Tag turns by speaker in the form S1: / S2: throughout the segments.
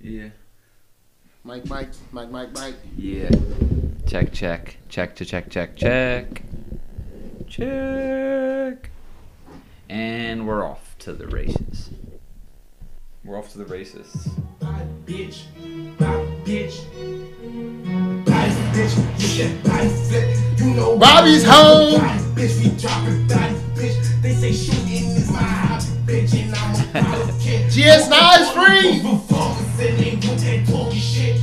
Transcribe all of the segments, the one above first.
S1: Yeah.
S2: Mike, Mike, Mike, Mike, Mike.
S1: Yeah. Check, check, check, to check, check, check, check, and we're off to the races. We're off to the races.
S3: Bad bitch, bad bitch. Bad bitch, you get bad flip. You know
S2: Bobby's home.
S3: Bad bitch, we dropping bad bitch. They say shooting is my hobby, bitch, and I'm a problem kid.
S2: GS9 is free.
S3: Revolvers and they do that talking shit.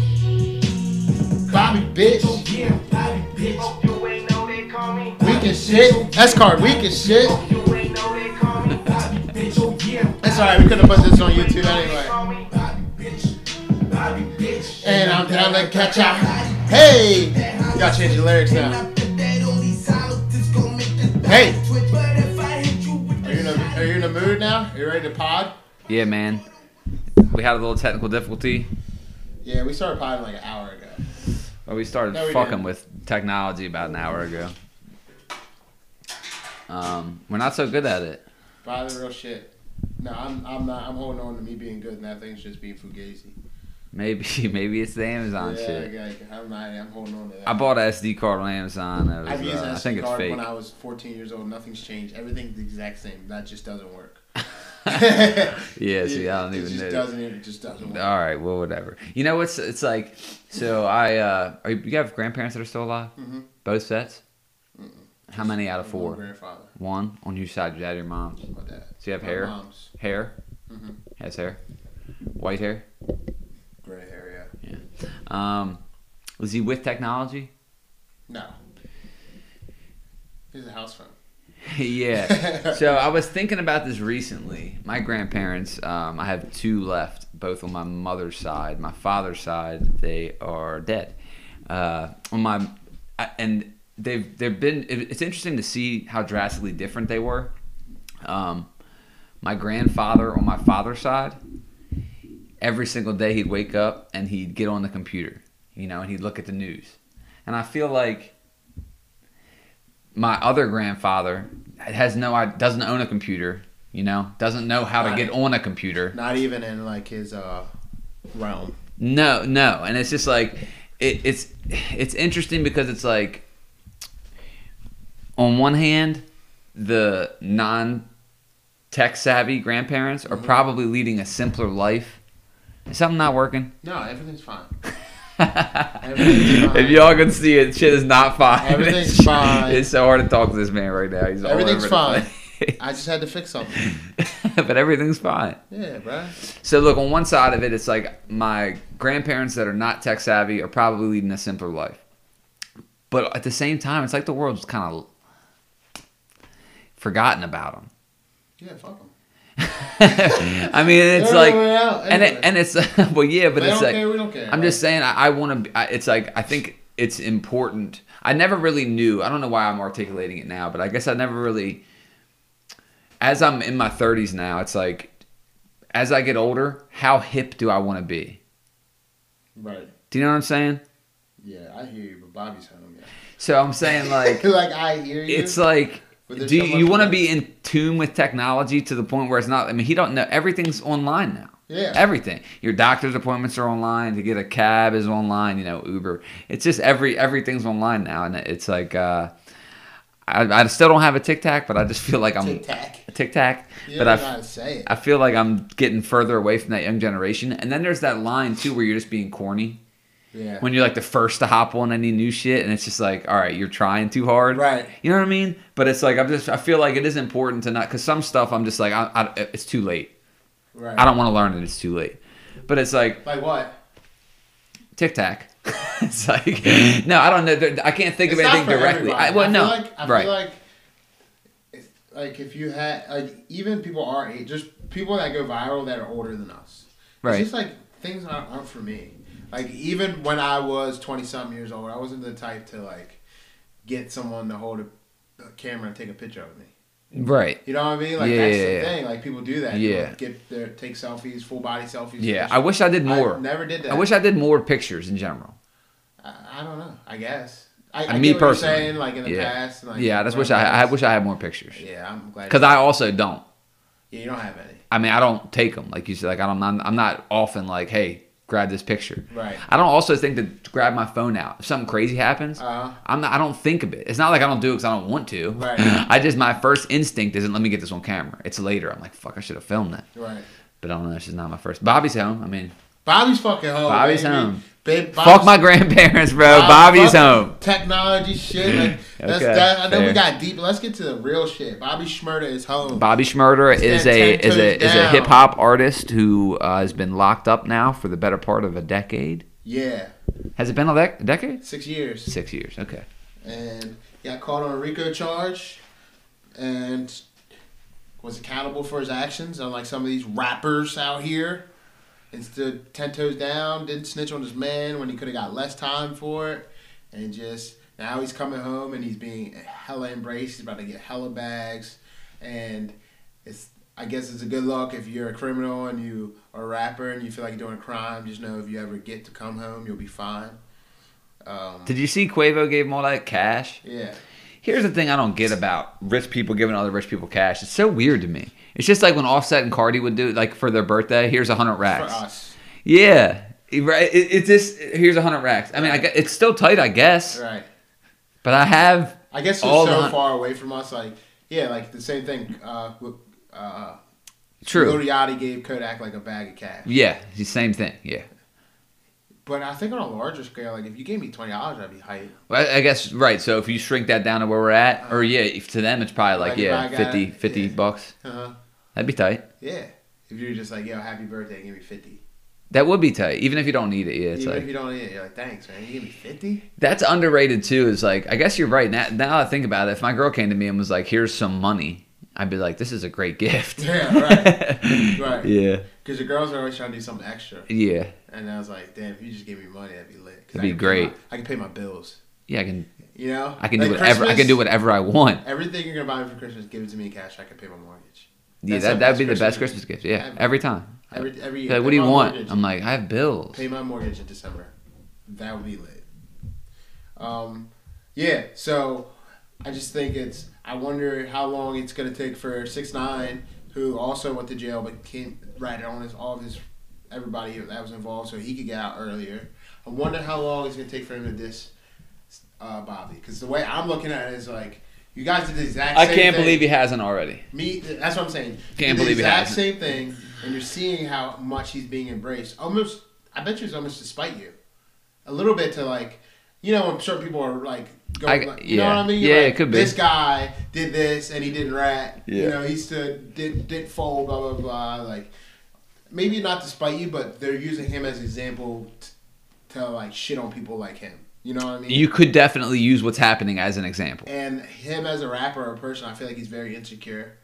S2: Bobby, bitch.
S3: Yeah, I'm bad bitch.
S4: You ain't know they call me.
S2: Weak as shit. S card, weak as shit.
S4: You ain't know they call me.
S3: Bad bitch, oh yeah.
S2: That's alright. We could have put this on YouTube anyway.
S4: Call me.
S3: Bad bitch, bad bitch.
S2: And I'm down to catch up. Hey, you gotta change your lyrics now. Hey. Are you in a, are you in a mood now? Are you ready to pod?
S1: Yeah, man. We had a little technical difficulty.
S2: Yeah, we started podding like an hour ago.
S1: Well, we started
S2: No, we
S1: fucking
S2: didn't.
S1: with technology about an hour ago. Um, we're not so good at it.
S2: Pod the real shit. No, I'm I'm not. I'm holding on to me being good, and that thing's just being fugazi.
S1: Maybe, maybe it's the Amazon
S2: yeah,
S1: shit.
S2: I- I'm not. I'm holding on to that.
S1: I bought an SD card on Amazon. It was,
S2: I've used
S1: uh,
S2: an
S1: I
S2: SD
S1: think it's
S2: card
S1: fake.
S2: when I was 14 years old. Nothing's changed. Everything's the exact same. That just doesn't work.
S1: yeah, see, I don't
S2: it
S1: even
S2: just
S1: know.
S2: Doesn't, it just doesn't work.
S1: All right, well, whatever. You know what's? It's like, so I, uh, are you, you have grandparents that are still alive?
S2: Mhm.
S1: Both sets. How many out of
S2: My
S1: four?
S2: grandfather.
S1: One on your side, your dad, your mom's.
S2: My dad.
S1: So you have
S2: My
S1: hair?
S2: Mom's
S1: Hair
S2: Mhm.
S1: has hair. White hair.
S2: gray hair. Yeah.
S1: Um, was he with technology?
S2: No. He's a house phone.
S1: yeah. So I was thinking about this recently. My grandparents, um, I have two left, both on my mother's side. My father's side, they are dead. Uh, on my, I- and they've they've been. it- It's interesting to see how drastically different they were. Um, my grandfather on my father's side, every single day he'd wake up and he'd get on the computer, you know, and he'd look at the news. And I feel like my other grandfather has no i- doesn't own a computer, you know, doesn't know how to
S2: Right.
S1: get on a computer.
S2: Not even in like his uh realm.
S1: No, no, and it's just like it, it's it's interesting because it's like on one hand, the non tech savvy grandparents
S2: Mm-hmm.
S1: are probably leading a simpler life. Is something not working?
S2: No, everything's fine. Everything's fine.
S1: if y'all can see it, shit is not fine.
S2: Everything's
S1: It's-
S2: fine.
S1: It's so hard to talk to this man right now. He's all
S2: Everything's
S1: over the
S2: fine.
S1: place.
S2: I just had to fix something.
S1: but everything's fine.
S2: Yeah, bruh.
S1: So look, on one side of it, it's like my grandparents that are not tech savvy are probably leading a simpler life. But at the same time, it's like the world's kind of forgotten about them.
S2: Yeah, fuck him.
S1: I mean, it's
S2: They're
S1: like,
S2: on their way out
S1: and it,
S2: anyway.
S1: and it's well, yeah, but
S2: They
S1: it's
S2: don't
S1: like
S2: care, we don't care.
S1: I'm just saying, I, I want to. It's like I think it's important. I never really knew. I don't know why I'm articulating it now, but I guess I never really. As I'm in my 30s now, it's like, as I get older, how hip do I want to be?
S2: Right.
S1: Do you know what I'm saying?
S2: Yeah, I hear you, but Bobby's home. Yeah.
S1: So I'm saying like
S2: like I hear you.
S1: it's like
S2: But there's
S1: do
S2: so
S1: you,
S2: much
S1: you want to
S2: more.
S1: be in tune with technology to the point where it's not? I mean, he don't know everything's online now.
S2: Yeah.
S1: everything. Your doctor's appointments are online. To get a cab is online. You know, Uber. It's just every everything's online now, and it's like uh, I, I still don't have a Tic Tac, but I just feel like I'm
S2: Tic Tac.
S1: a Tic Tac.
S2: You
S1: But
S2: don't
S1: I
S2: gotta say it.
S1: I feel like I'm getting further away from that young generation. And then there's that line too where you're just being corny
S2: yeah.
S1: when you're like the first to hop on any new shit and it's just like all right you're trying too hard
S2: Right.
S1: you know what i mean but it's like i'm just i feel like it is important to not because some stuff i'm just like I, I, it's too late
S2: right.
S1: i don't want to learn it it's too late but it's like
S2: Like what?
S1: tic tac it's like no i don't know There- i can't think of
S2: It's not
S1: anything
S2: for
S1: directly
S2: everybody.
S1: I, well no
S2: feel like, I
S1: right
S2: feel like, if, like if you had like even people our age, just people that go viral that are older than us.
S1: Right.
S2: It's just like things aren't, aren't for me. Like even when I was twenty something years old, I wasn't the type to like get someone to hold a, a camera and take a picture of me.
S1: right
S2: You know what I mean? Like
S1: Yeah,
S2: that's
S1: yeah,
S2: the
S1: yeah.
S2: thing. Like people do that.
S1: Yeah.
S2: Like, get their take selfies, full body selfies.
S1: yeah i wish i did
S2: I
S1: more
S2: never did that.
S1: I wish i did more pictures in general
S2: I, I don't know. I guess. I,
S1: Uh,
S2: I
S1: me
S2: get what you're
S1: personally.
S2: saying, like in the
S1: yeah.
S2: past. Like,
S1: yeah, I just wish
S2: right
S1: I,
S2: now,
S1: I wish I had more pictures.
S2: Yeah, I'm glad.
S1: Cause I also don't.
S2: yeah, you don't have any.
S1: I mean, I don't take them like you said. Like I don't. I'm, I'm not often like, hey, grab this picture.
S2: Right.
S1: I don't also think to grab my phone out if something crazy happens.
S2: Uh-huh.
S1: I'm not. I don't think of it. It's not like I don't do it because I don't want to.
S2: Right.
S1: I just my first instinct isn't let me get this on camera. It's later. I'm like, fuck, I should have filmed that.
S2: Right.
S1: But I don't know. It's just not my first. Bobby's home. I mean,
S2: Bobby's fucking home.
S1: Bobby's
S2: baby.
S1: home.
S2: Babe,
S1: fuck my grandparents, bro.
S2: Bob-
S1: Bobby's
S2: fuck
S1: home.
S2: Technology shit. Like, that's,
S1: Okay,
S2: that, I know
S1: fair.
S2: we got deep. Let's get to the real shit. Bobby Schmurda is home.
S1: Bobby Schmurder is
S2: that
S1: a
S2: ten
S1: is a
S2: toes
S1: is a
S2: down.
S1: hip hop artist who uh, has been locked up now for the better part of a decade.
S2: yeah,
S1: Has it been a dec- decade?
S2: six years.
S1: Six years. Okay.
S2: And got caught on a RICO charge, and was accountable for his actions. Unlike some of these rappers out here, and stood ten toes down. Didn't snitch on his man when he could have got less time for it, and just now he's coming home and he's being hella embraced. He's about to get hella bags, and it's I guess it's a good luck if you're a criminal and you are a rapper and you feel like you're doing a crime. Just know if you ever get to come home, you'll be fine. Um,
S1: Did you see Quavo gave him all that cash?
S2: yeah,
S1: Here's the thing I don't get about rich people giving other rich people cash. It's so weird to me. It's just like when Offset and Cardi would do like for their birthday. Here's a hundred
S2: for
S1: racks.
S2: us,
S1: Yeah, right. It, it's just here's a hundred racks. I mean, I gue- it's still tight, I guess.
S2: right.
S1: But I have
S2: I guess you're
S1: All
S2: so
S1: the-
S2: far away from us. Like, yeah, like the same thing. Uh, with, uh, Lil
S1: true.
S2: Yachty gave Kodak like a bag of cash.
S1: Yeah, it's the same thing. Yeah.
S2: But I think on a larger scale, like if you gave me twenty dollars, I'd be hyped.
S1: Well, I I guess right. So if you shrink that down to where we're at, or yeah, if to them it's probably like
S2: Like,
S1: yeah,
S2: if I got-
S1: 50, 50
S2: yeah.
S1: bucks.
S2: Uh-huh.
S1: That'd be tight.
S2: Yeah. If you're just like, yo, happy birthday, give me fifty.
S1: That would be tight, even if you don't need it. Yeah, it's
S2: Even
S1: like
S2: if you don't need it, you're like, thanks, man. You give me fifty.
S1: that's underrated too. Is like I guess you're right. Now, now I think about it, if my girl came to me and was like, "Here's some money," I'd be like, "This is a great gift."
S2: Yeah, right. Right.
S1: Yeah.
S2: Because the girls are always trying to do something extra,
S1: Yeah.
S2: and I was like, damn, if you just gave me money, that'd be lit. 'Cause
S1: That'd
S2: I
S1: be
S2: can pay
S1: great.
S2: my- I can pay my bills.
S1: Yeah. I can.
S2: You know.
S1: I can do
S2: Like
S1: whatever. I can
S2: Christmas,
S1: do whatever I want.
S2: Everything you're gonna buy me for Christmas, give it to me in cash. I can pay my mortgage.
S1: Yeah.
S2: That's
S1: That
S2: the
S1: that would be the
S2: best
S1: best
S2: Christmas
S1: Christmas gift. Yeah.
S2: Ever.
S1: Every time.
S2: Every every
S1: She's
S2: year.
S1: Like, what
S2: Pay
S1: do you
S2: my
S1: want?
S2: mortgage.
S1: I'm like, I have bills.
S2: pay my mortgage in December. That would be lit. Um, yeah. So I just think it's. I wonder how long it's gonna take for six nine, who also went to jail but came right on his all of his everybody that was involved, so he could get out earlier. I wonder how long it's gonna take for him to diss uh, Bobby, because the way I'm looking at it is like. You guys did the exact
S1: I
S2: same
S1: can't
S2: thing. Mm-hmm.
S1: believe he hasn't already.
S2: Me, that's what I'm saying.
S1: Can't
S2: You do
S1: believe
S2: the
S1: he
S2: exact
S1: hasn't.
S2: same thing, and you're seeing how much he's being embraced. Almost, I bet you it's almost to spite you, a little bit to like, you know, when certain people are like, going,
S1: I-
S2: like you
S1: yeah.
S2: know what I mean?
S1: Yeah,
S2: Like,
S1: it could be.
S2: This guy did this, and he didn't rat.
S1: Yeah.
S2: You know, he stood, did did fold, blah blah blah. Like, maybe not to spite you, but they're using him as example t- to like shit on people like him. You know what I mean?
S1: You could definitely use what's happening as an example.
S2: and him as a rapper or a person, I feel like he's very insecure.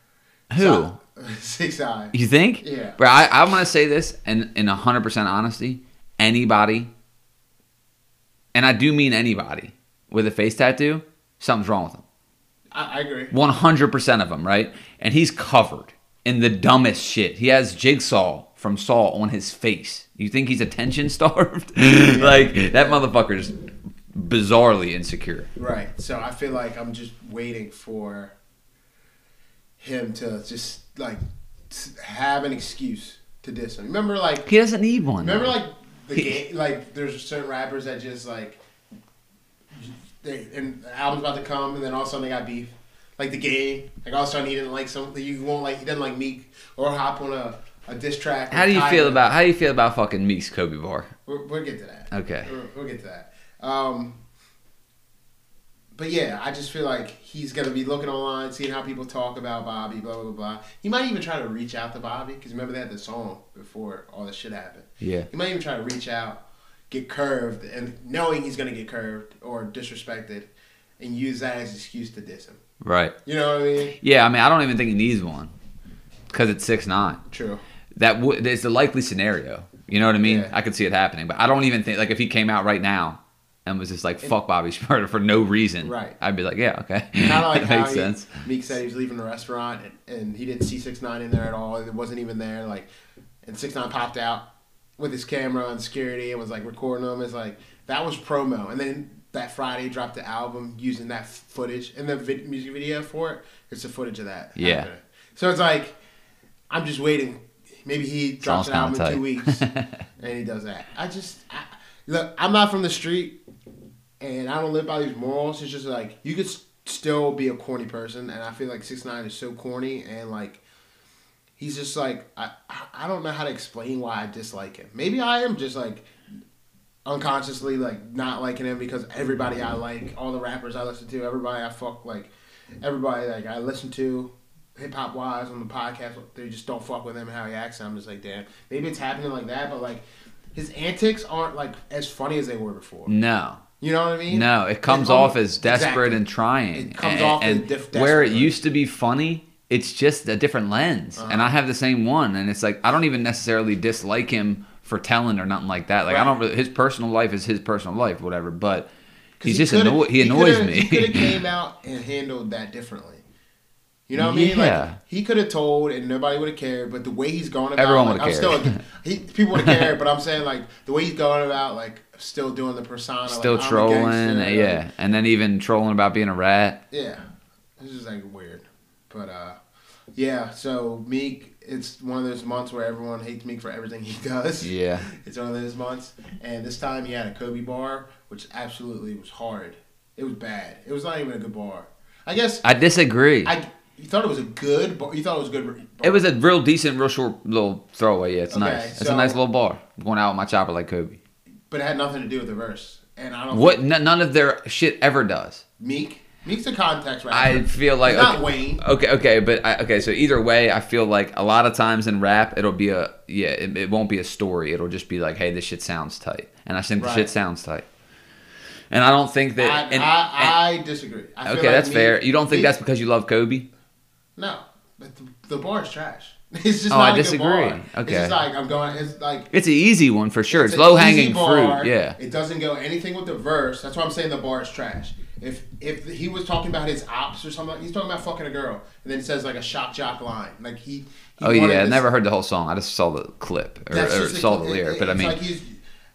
S1: Who?
S2: Six Eye.
S1: You think?
S2: Yeah.
S1: Bro, I, I'm gonna say this and in hundred percent honesty, anybody and I do mean anybody with a face tattoo, something's wrong with them.
S2: I, I agree.
S1: One hundred percent of them, right? And he's covered in the dumbest shit. He has jigsaw from Saw on his face. You think he's attention starved? like that motherfucker's bizarrely insecure.
S2: Right. So I feel like I'm just waiting for him to just like s- have an excuse to diss him. Remember, like
S1: He doesn't need one.
S2: remember,
S1: though.
S2: like the game. Like there's certain rappers that just like they and the album's about to come, and then all of a sudden they got beef. Like the game. Like all of a sudden he didn't like something. You won't like. He doesn't like Meek or hop on a a diss track.
S1: how do you
S2: with
S1: feel
S2: Tyler.
S1: about how do you feel about fucking Meek's Kobe bar?
S2: We'll, we'll get to that.
S1: Okay.
S2: We'll, we'll get to that. Um, but yeah, I just feel like he's gonna be looking online, seeing how people talk about Bobby, blah blah blah. He might even try to reach out to Bobby because remember they had the song before all this shit happened.
S1: Yeah.
S2: He might even try to reach out, get curved, and knowing he's gonna get curved or disrespected, and use that as excuse to diss him.
S1: Right.
S2: You know what I mean?
S1: Yeah, I mean, I don't even think he needs one because it's six nine.
S2: True.
S1: That would it's the likely scenario. You know what I mean?
S2: Yeah.
S1: I could see it happening, but I don't even think like if he came out right now and was just like fuck Bobby Schmurder for no reason,
S2: Right.
S1: I'd be like, yeah, okay,
S2: Kind of like
S1: that
S2: how
S1: makes
S2: he-
S1: sense.
S2: Meek said he was leaving the restaurant and, and he didn't see six nine in there at all. It wasn't even there. Like, and six nine popped out with his camera and security and was like recording him. It's like that was promo. And then that Friday dropped the album using that footage and the vid- music video for it. It's the footage of that.
S1: Yeah.
S2: happening. So it's like, I'm just waiting. Maybe he drops
S1: Sounds
S2: an album in two
S1: kinda
S2: weeks and he does that. I just, I, look, I'm not from the street and I don't live by these morals. It's just like, you could s- still be a corny person. And I feel like 6 9 is so corny and like, he's just like I, I- I don't know how to explain why I dislike him. Maybe I am just like unconsciously like not liking him because everybody I like, all the rappers I listen to, everybody I fuck like, everybody like I listen to, hip hop wise on the podcast, they just don't fuck with him and how he acts. And I'm just like damn, maybe it's happening like that, but like his antics aren't like as funny as they were before.
S1: No.
S2: You know what I mean?
S1: Mm. No, it comes
S2: It's
S1: off as
S2: almost-
S1: desperate
S2: Exactly.
S1: and trying.
S2: It comes
S1: and,
S2: off as
S1: and
S2: def-
S1: where it
S2: desperate.
S1: used to be funny, it's just a different lens.
S2: Uh-huh.
S1: And I have the same one, and it's like I don't even necessarily dislike him for telling or nothing like that. Like I
S2: Right.
S1: don't. Really, his personal life is his personal life, whatever. But
S2: 'Cause
S1: he's just
S2: could've-
S1: annoy. He annoys
S2: could've-
S1: me.
S2: He could have came out and handled that differently. You know what I mean?
S1: Yeah.
S2: Like he could have told and nobody would have cared, but the way he's going about
S1: Everyone
S2: like, I'm
S1: would've
S2: still
S1: cared.
S2: he, people would have cared, but I'm saying like the way he's going about like still doing the persona
S1: Still
S2: like, I'm a
S1: trolling, uh,
S2: gangster, like,
S1: yeah, and then even trolling about being a rat.
S2: yeah. It's just like weird. But uh yeah, so Meek it's one of those months where everyone hates Meek for everything he does.
S1: Yeah,
S2: It's one of those months. And this time he had a Kobe bar, which absolutely was hard. It was bad. It was not even a good bar. I guess
S1: I disagree.
S2: I you thought it was a good bar. You thought it was a good. Bar.
S1: it was a real decent, real short little throwaway. Yeah, it's
S2: Okay,
S1: nice. it's a
S2: so-
S1: nice little bar. going out with my chopper like Kobe.
S2: but it had nothing to do with the verse. And I don't.
S1: What?
S2: think-
S1: N- none of their shit ever does.
S2: Meek? Meek's a context rapper.
S1: I feel like
S2: He's not
S1: okay,
S2: Wayne.
S1: Okay, okay, but I, okay. So either way, I feel like a lot of times in rap, it'll be a yeah. It, it won't be a story. It'll just be like, hey, this shit sounds tight, and I think the
S2: Right.
S1: shit sounds tight. And I don't think that.
S2: I,
S1: and,
S2: I, I disagree. I
S1: and-
S2: feel
S1: okay,
S2: like
S1: that's
S2: Meek-
S1: fair. You don't think
S2: Meek-
S1: that's because you love Kobe?
S2: no? But the, the bar is trash. It's just
S1: Oh,
S2: not
S1: I
S2: a
S1: disagree.
S2: Good bar.
S1: Okay.
S2: It's just like I'm going. It's like
S1: It's an easy one for sure. It's,
S2: an
S1: low
S2: easy
S1: hanging
S2: bar.
S1: fruit. Yeah.
S2: It doesn't go anything with the verse. That's why I'm saying the bar is trash. If if he was talking about his ops or something, he's talking about fucking a girl, and then it says like a shock jock line. Like he. he
S1: Oh
S2: wanted
S1: yeah, I
S2: this-
S1: never heard the whole song. I just saw the clip or,
S2: that's
S1: or
S2: just
S1: saw the
S2: it-
S1: lyric.
S2: it-
S1: But I
S2: it's
S1: mean,
S2: like he's-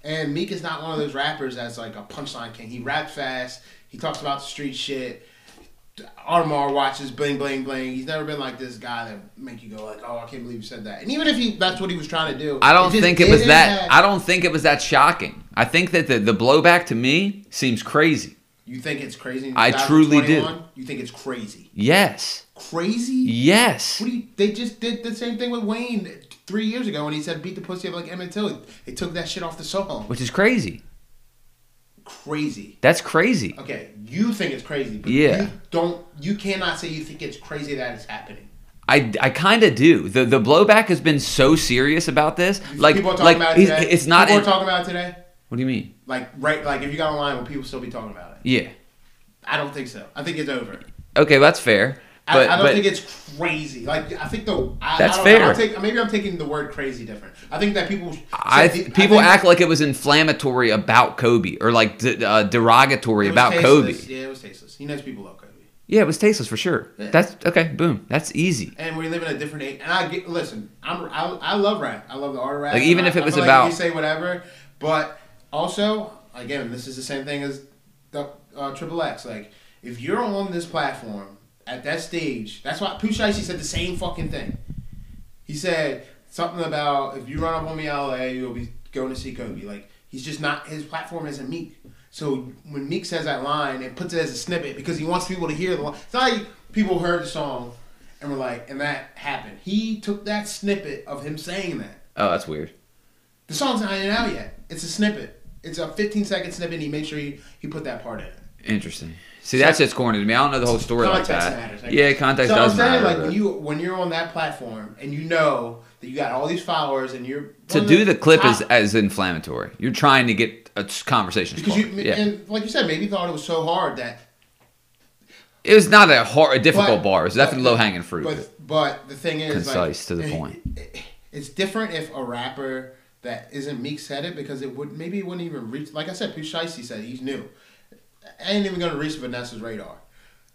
S2: and Meek is not one of those rappers that's like a punchline king. He raps fast. He talks about the street shit. Armar watches bling bling bling. He's never been like this guy that make you go like, oh, I can't believe you said that. And even if he, that's what he was trying to do.
S1: I don't
S2: just
S1: think it was
S2: didn't
S1: that.
S2: have-
S1: I don't think it was that shocking. I think that the the blowback to me seems crazy.
S2: You think it's crazy? in
S1: I truly do.
S2: 2021? You think it's crazy?
S1: Yes.
S2: Crazy?
S1: Yes.
S2: What do you, they just did the same thing with Wayne three years ago when he said beat the pussy up like Emmett Till. They took that shit off the song.
S1: Which is crazy.
S2: Crazy.
S1: That's crazy.
S2: Okay, you think it's crazy, but
S1: Yeah.
S2: you don't. You cannot say you think it's crazy that it's happening.
S1: I, I kind of do. The the blowback has been so serious about this. Like
S2: people are talking
S1: like
S2: about it
S1: he's-
S2: today.
S1: it's not.
S2: People
S1: in-
S2: are talking about it today.
S1: what do you mean?
S2: Like right, like if you got online, will people still be talking about it?
S1: Yeah.
S2: I don't think so. I think it's over.
S1: Okay, well, that's fair.
S2: I,
S1: But
S2: I don't
S1: but
S2: think it's crazy. Like I think the I,
S1: That's
S2: I don't know.
S1: fair.
S2: I'll take- maybe I'm taking the word crazy different. I think that people.
S1: I
S2: said the-
S1: people
S2: think-
S1: act like it was inflammatory about Kobe or like de- uh, derogatory
S2: It was
S1: about Kobe.
S2: tasteless. Yeah, it was tasteless. He knows people love Kobe.
S1: Yeah, it was tasteless for sure.
S2: Yeah.
S1: That's okay. Boom. That's easy.
S2: And we live in a different age. And I get listen. I'm I, I love rap. I love the art of rap.
S1: Like, even
S2: I-
S1: if it
S2: I
S1: was
S2: feel
S1: about-
S2: like you say whatever, but also again, this is the same thing as the uh, Triple X. Like if you're on this platform at that stage, that's why Pooh Shiesty said the same fucking thing. He said something about if you run up on me in LA, you'll be going to see Kobe. Like he's just not his platform isn't Meek. So when Meek says that line and puts it as a snippet because he wants people to hear the line. It's not like people heard the song and were like, and that happened. He took that snippet of him saying that.
S1: Oh, that's weird.
S2: The song's not even out yet. It's a snippet. It's a 15 second snippet. and He made sure he, he put that part in. it.
S1: Interesting. See, that's just corny to me. I don't know the whole story like
S2: Context
S1: that.
S2: matters, I
S1: yeah,
S2: guess.
S1: context
S2: so
S1: does
S2: I'm saying,
S1: matter.
S2: Like
S1: but-
S2: when you when you're on that platform and you know that you got all these followers and you're
S1: to
S2: one of
S1: do the clip is
S2: top-
S1: as inflammatory. You're trying to get a s- conversation
S2: because
S1: started.
S2: you
S1: yeah.
S2: and like you said, maybe thought it was so hard that
S1: it was not a hard, a difficult
S2: but-
S1: bar. It's
S2: but-
S1: definitely low hanging fruit.
S2: But but the thing is,
S1: Concise
S2: like,
S1: to the
S2: it-
S1: point.
S2: it- it's different if a rapper that isn't Meek said it because it would maybe it wouldn't even reach. Like I said, Pooh Shiesty said he's new. I ain't even gonna reach Vanessa's radar.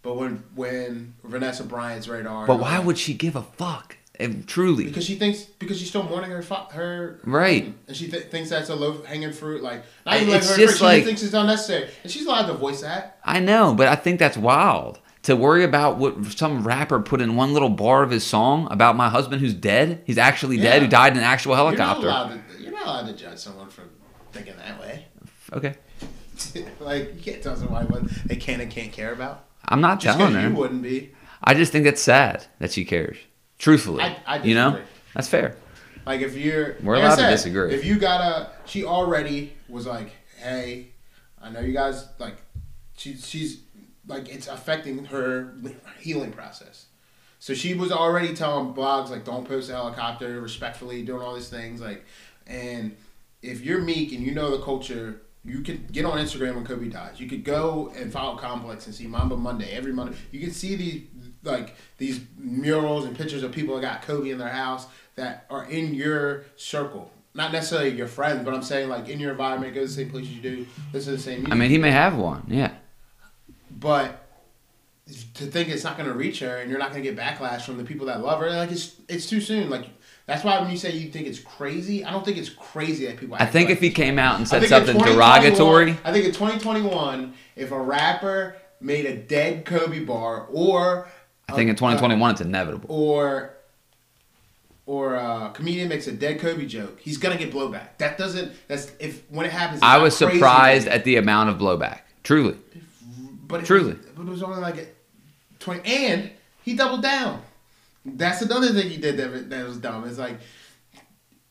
S2: But when when Vanessa Bryant's radar,
S1: But why would she give a fuck? It, truly.
S2: because she thinks because she's still mourning her fa- her
S1: Right.
S2: and she th- thinks that's a low hanging fruit. Like not
S1: I-
S2: even like
S1: it's
S2: her
S1: just
S2: fruit,
S1: like-
S2: she thinks it's unnecessary, and she's allowed to voice that.
S1: I know, but I think that's wild to worry about what some rapper put in one little bar of his song about my husband who's dead. He's actually dead, who
S2: Yeah.
S1: died in an actual
S2: You're not
S1: helicopter.
S2: allowed to. You're not allowed to judge someone for thinking that way.
S1: Okay,
S2: like you can't tell somebody what they can and can't care about.
S1: I'm not
S2: Just
S1: telling
S2: because
S1: her.
S2: you wouldn't be.
S1: I just think that's sad that she cares. Truthfully,
S2: I- I
S1: you know,
S2: disagree.
S1: that's fair.
S2: Like if you're,
S1: We're
S2: like I
S1: allowed to
S2: said,
S1: disagree.
S2: If you got a, she already was like, "Hey, I know you guys like." She, she's like it's affecting her healing process. So she was already telling blogs like, "Don't post a helicopter," respectfully doing all these things like, and if you're meek and you know the culture. You could get on Instagram when Kobe dies. You could go and follow Complex and see Mamba Monday every Monday. You can see these like these murals and pictures of people that got Kobe in their house that are in your circle. Not necessarily your friends, but I'm saying like in your environment, go to the same places you do, listen to the same music.
S1: I mean, he may have one. Yeah,
S2: but to think it's not going to reach her and you're not going to get backlash from the people that love her, like it's it's too soon. Like that's why when you say you think it's crazy, I don't think it's crazy that people.
S1: I
S2: act
S1: think
S2: like
S1: if he came out and
S2: I
S1: said
S2: think in
S1: something
S2: 2021
S1: derogatory,
S2: I think in 2021, if a rapper made a dead Kobe bar or
S1: I think in
S2: uh,
S1: 2021 it's inevitable.
S2: or or a comedian makes a dead Kobe joke, he's gonna get blowback. That doesn't. That's if when it happens. it's
S1: I
S2: not
S1: was
S2: Oh, crazy,
S1: surprised at the amount of blowback. Truly,
S2: but it
S1: truly.
S2: was, but it was only like a twenty. And he doubled down. That's another thing he did that was- that was dumb. It's like.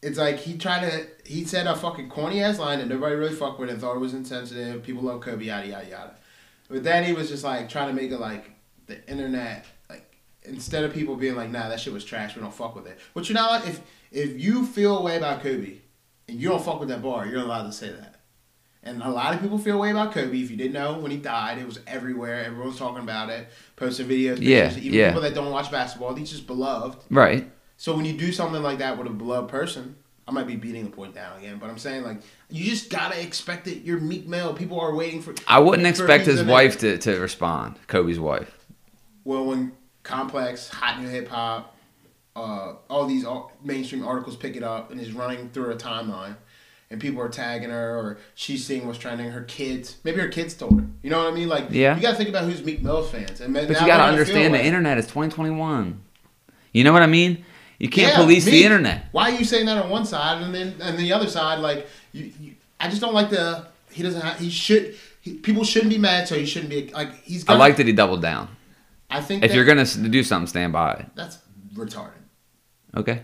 S2: It's like he tried to. He said a fucking corny ass line that nobody really fucked with and thought it was insensitive. People love Kobe, yada yada yada. But then he was just like trying to make it like the internet, like instead of people being like, nah, that shit was trash, we don't fuck with it. But you're not if if you feel a way about Kobe and you don't fuck with that bar, you're allowed to say that. And a lot of people feel a way about Kobe. If you didn't know, when he died, it was everywhere. Everyone was talking about it, posting videos,
S1: Yeah,
S2: pictures. Even
S1: yeah.
S2: people that don't watch basketball, he's just beloved.
S1: right?
S2: So when you do something like that with a beloved person, I might be beating the point down again, but I'm saying like you just gotta expect that you're meek male. People are waiting for.
S1: I wouldn't
S2: for
S1: expect
S2: things
S1: his
S2: to-
S1: wife to, to respond. Kobe's wife.
S2: Well, when Complex, Hot New Hip Hop, uh, all these all, mainstream articles pick it up and is running through a timeline, and people are tagging her or she's seeing what's trending. Her kids, maybe her kids told her. You know what I mean? Like,
S1: Yeah.
S2: you gotta think about who's Meek Mill's fans. And
S1: But you gotta understand the internet is 2021. You know what I mean? You can't
S2: Yeah,
S1: police the
S2: me.
S1: internet.
S2: Why are you saying that on one side and then and the other side? Like, you, you I just don't like the he doesn't have he should he, people shouldn't be mad, so he shouldn't be like he's.
S1: I
S2: Gonna,
S1: like that he doubled down.
S2: I think
S1: If
S2: that-
S1: you're gonna s- do something, stand by it.
S2: that's retarded.
S1: Okay.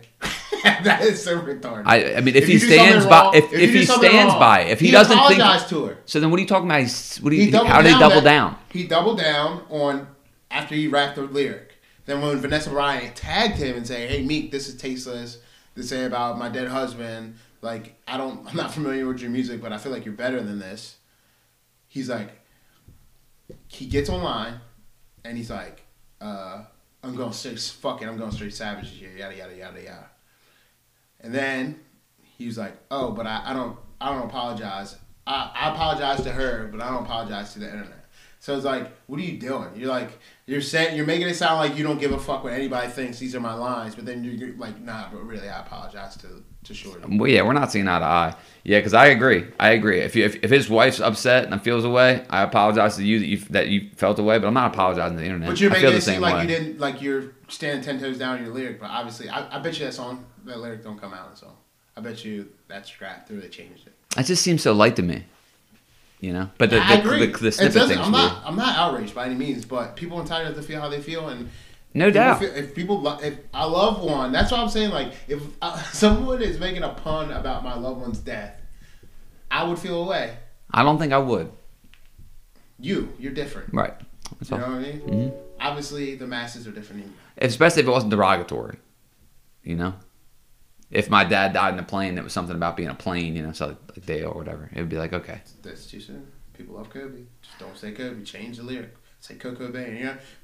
S2: that is so retarded.
S1: I, I mean, if,
S2: you
S1: he
S2: do something
S1: stands by,
S2: wrong-
S1: if, if
S2: you do
S1: he
S2: something
S1: stands
S2: wrong,
S1: by, it, if he, doesn't think,
S2: apologized to her.
S1: so then what are you talking about? He's, what do
S2: He
S1: you,
S2: doubled
S1: how did he
S2: down
S1: double
S2: that-
S1: down?
S2: He doubled down on after he rapped the lyric. Then when Vanessa Bryant tagged him and said, "Hey Meek, this is tasteless. This say about my dead husband. Like I don't, I'm not familiar with your music, but I feel like you're better than this." He's like, he gets online, and he's like, uh, "I'm going straight, fuck it, I'm going straight savage here, yada yada yada yada." And then he was like, "Oh, but I, I don't I don't apologize. I, I apologize to her, but I don't apologize to the internet." So it's like, what are you doing? You're like, you're saying you're making it sound like you don't give a fuck what anybody thinks. These are my lines, but then you're, you're like, nah, but really, I apologize to to Shorty.
S1: Well, yeah, we're not seeing eye to eye. Yeah, because I agree. I agree. If, you, if if his wife's upset and feels away, I apologize to you that you that you felt away, but I'm not apologizing to the internet.
S2: But you're
S1: I
S2: making
S1: feel the
S2: it seem
S1: same
S2: like
S1: way.
S2: you didn't like you're standing ten toes down in your lyric. But obviously, I, I bet you that song that lyric don't come out in the song. I bet you that's scrapped through. They changed it.
S1: That just seems so light to me. You know, but the
S2: I
S1: the, the,
S2: agree.
S1: the
S2: It
S1: snippet
S2: doesn't-
S1: things.
S2: I'm
S1: weird.
S2: not. I'm not outraged by any means, but people entitled to feel how they feel, and
S1: No
S2: people
S1: doubt.
S2: feel- if people, lo- if I love one, that's what I'm saying. Like, if uh, someone is making a pun about my loved one's death, I would feel away.
S1: I don't think I would.
S2: You, you're different.
S1: Right. That's
S2: You
S1: all.
S2: know what I mean?
S1: Mm-hmm.
S2: Obviously, the masses are different. Than you.
S1: Especially if it wasn't derogatory. You know? If my dad died in a plane, it was something about being a plane, you know, so like Dale or whatever. It would be like, okay.
S2: That's too soon. People love Kobe. Just don't say Kobe. Change the lyric. Say Coco Cobain.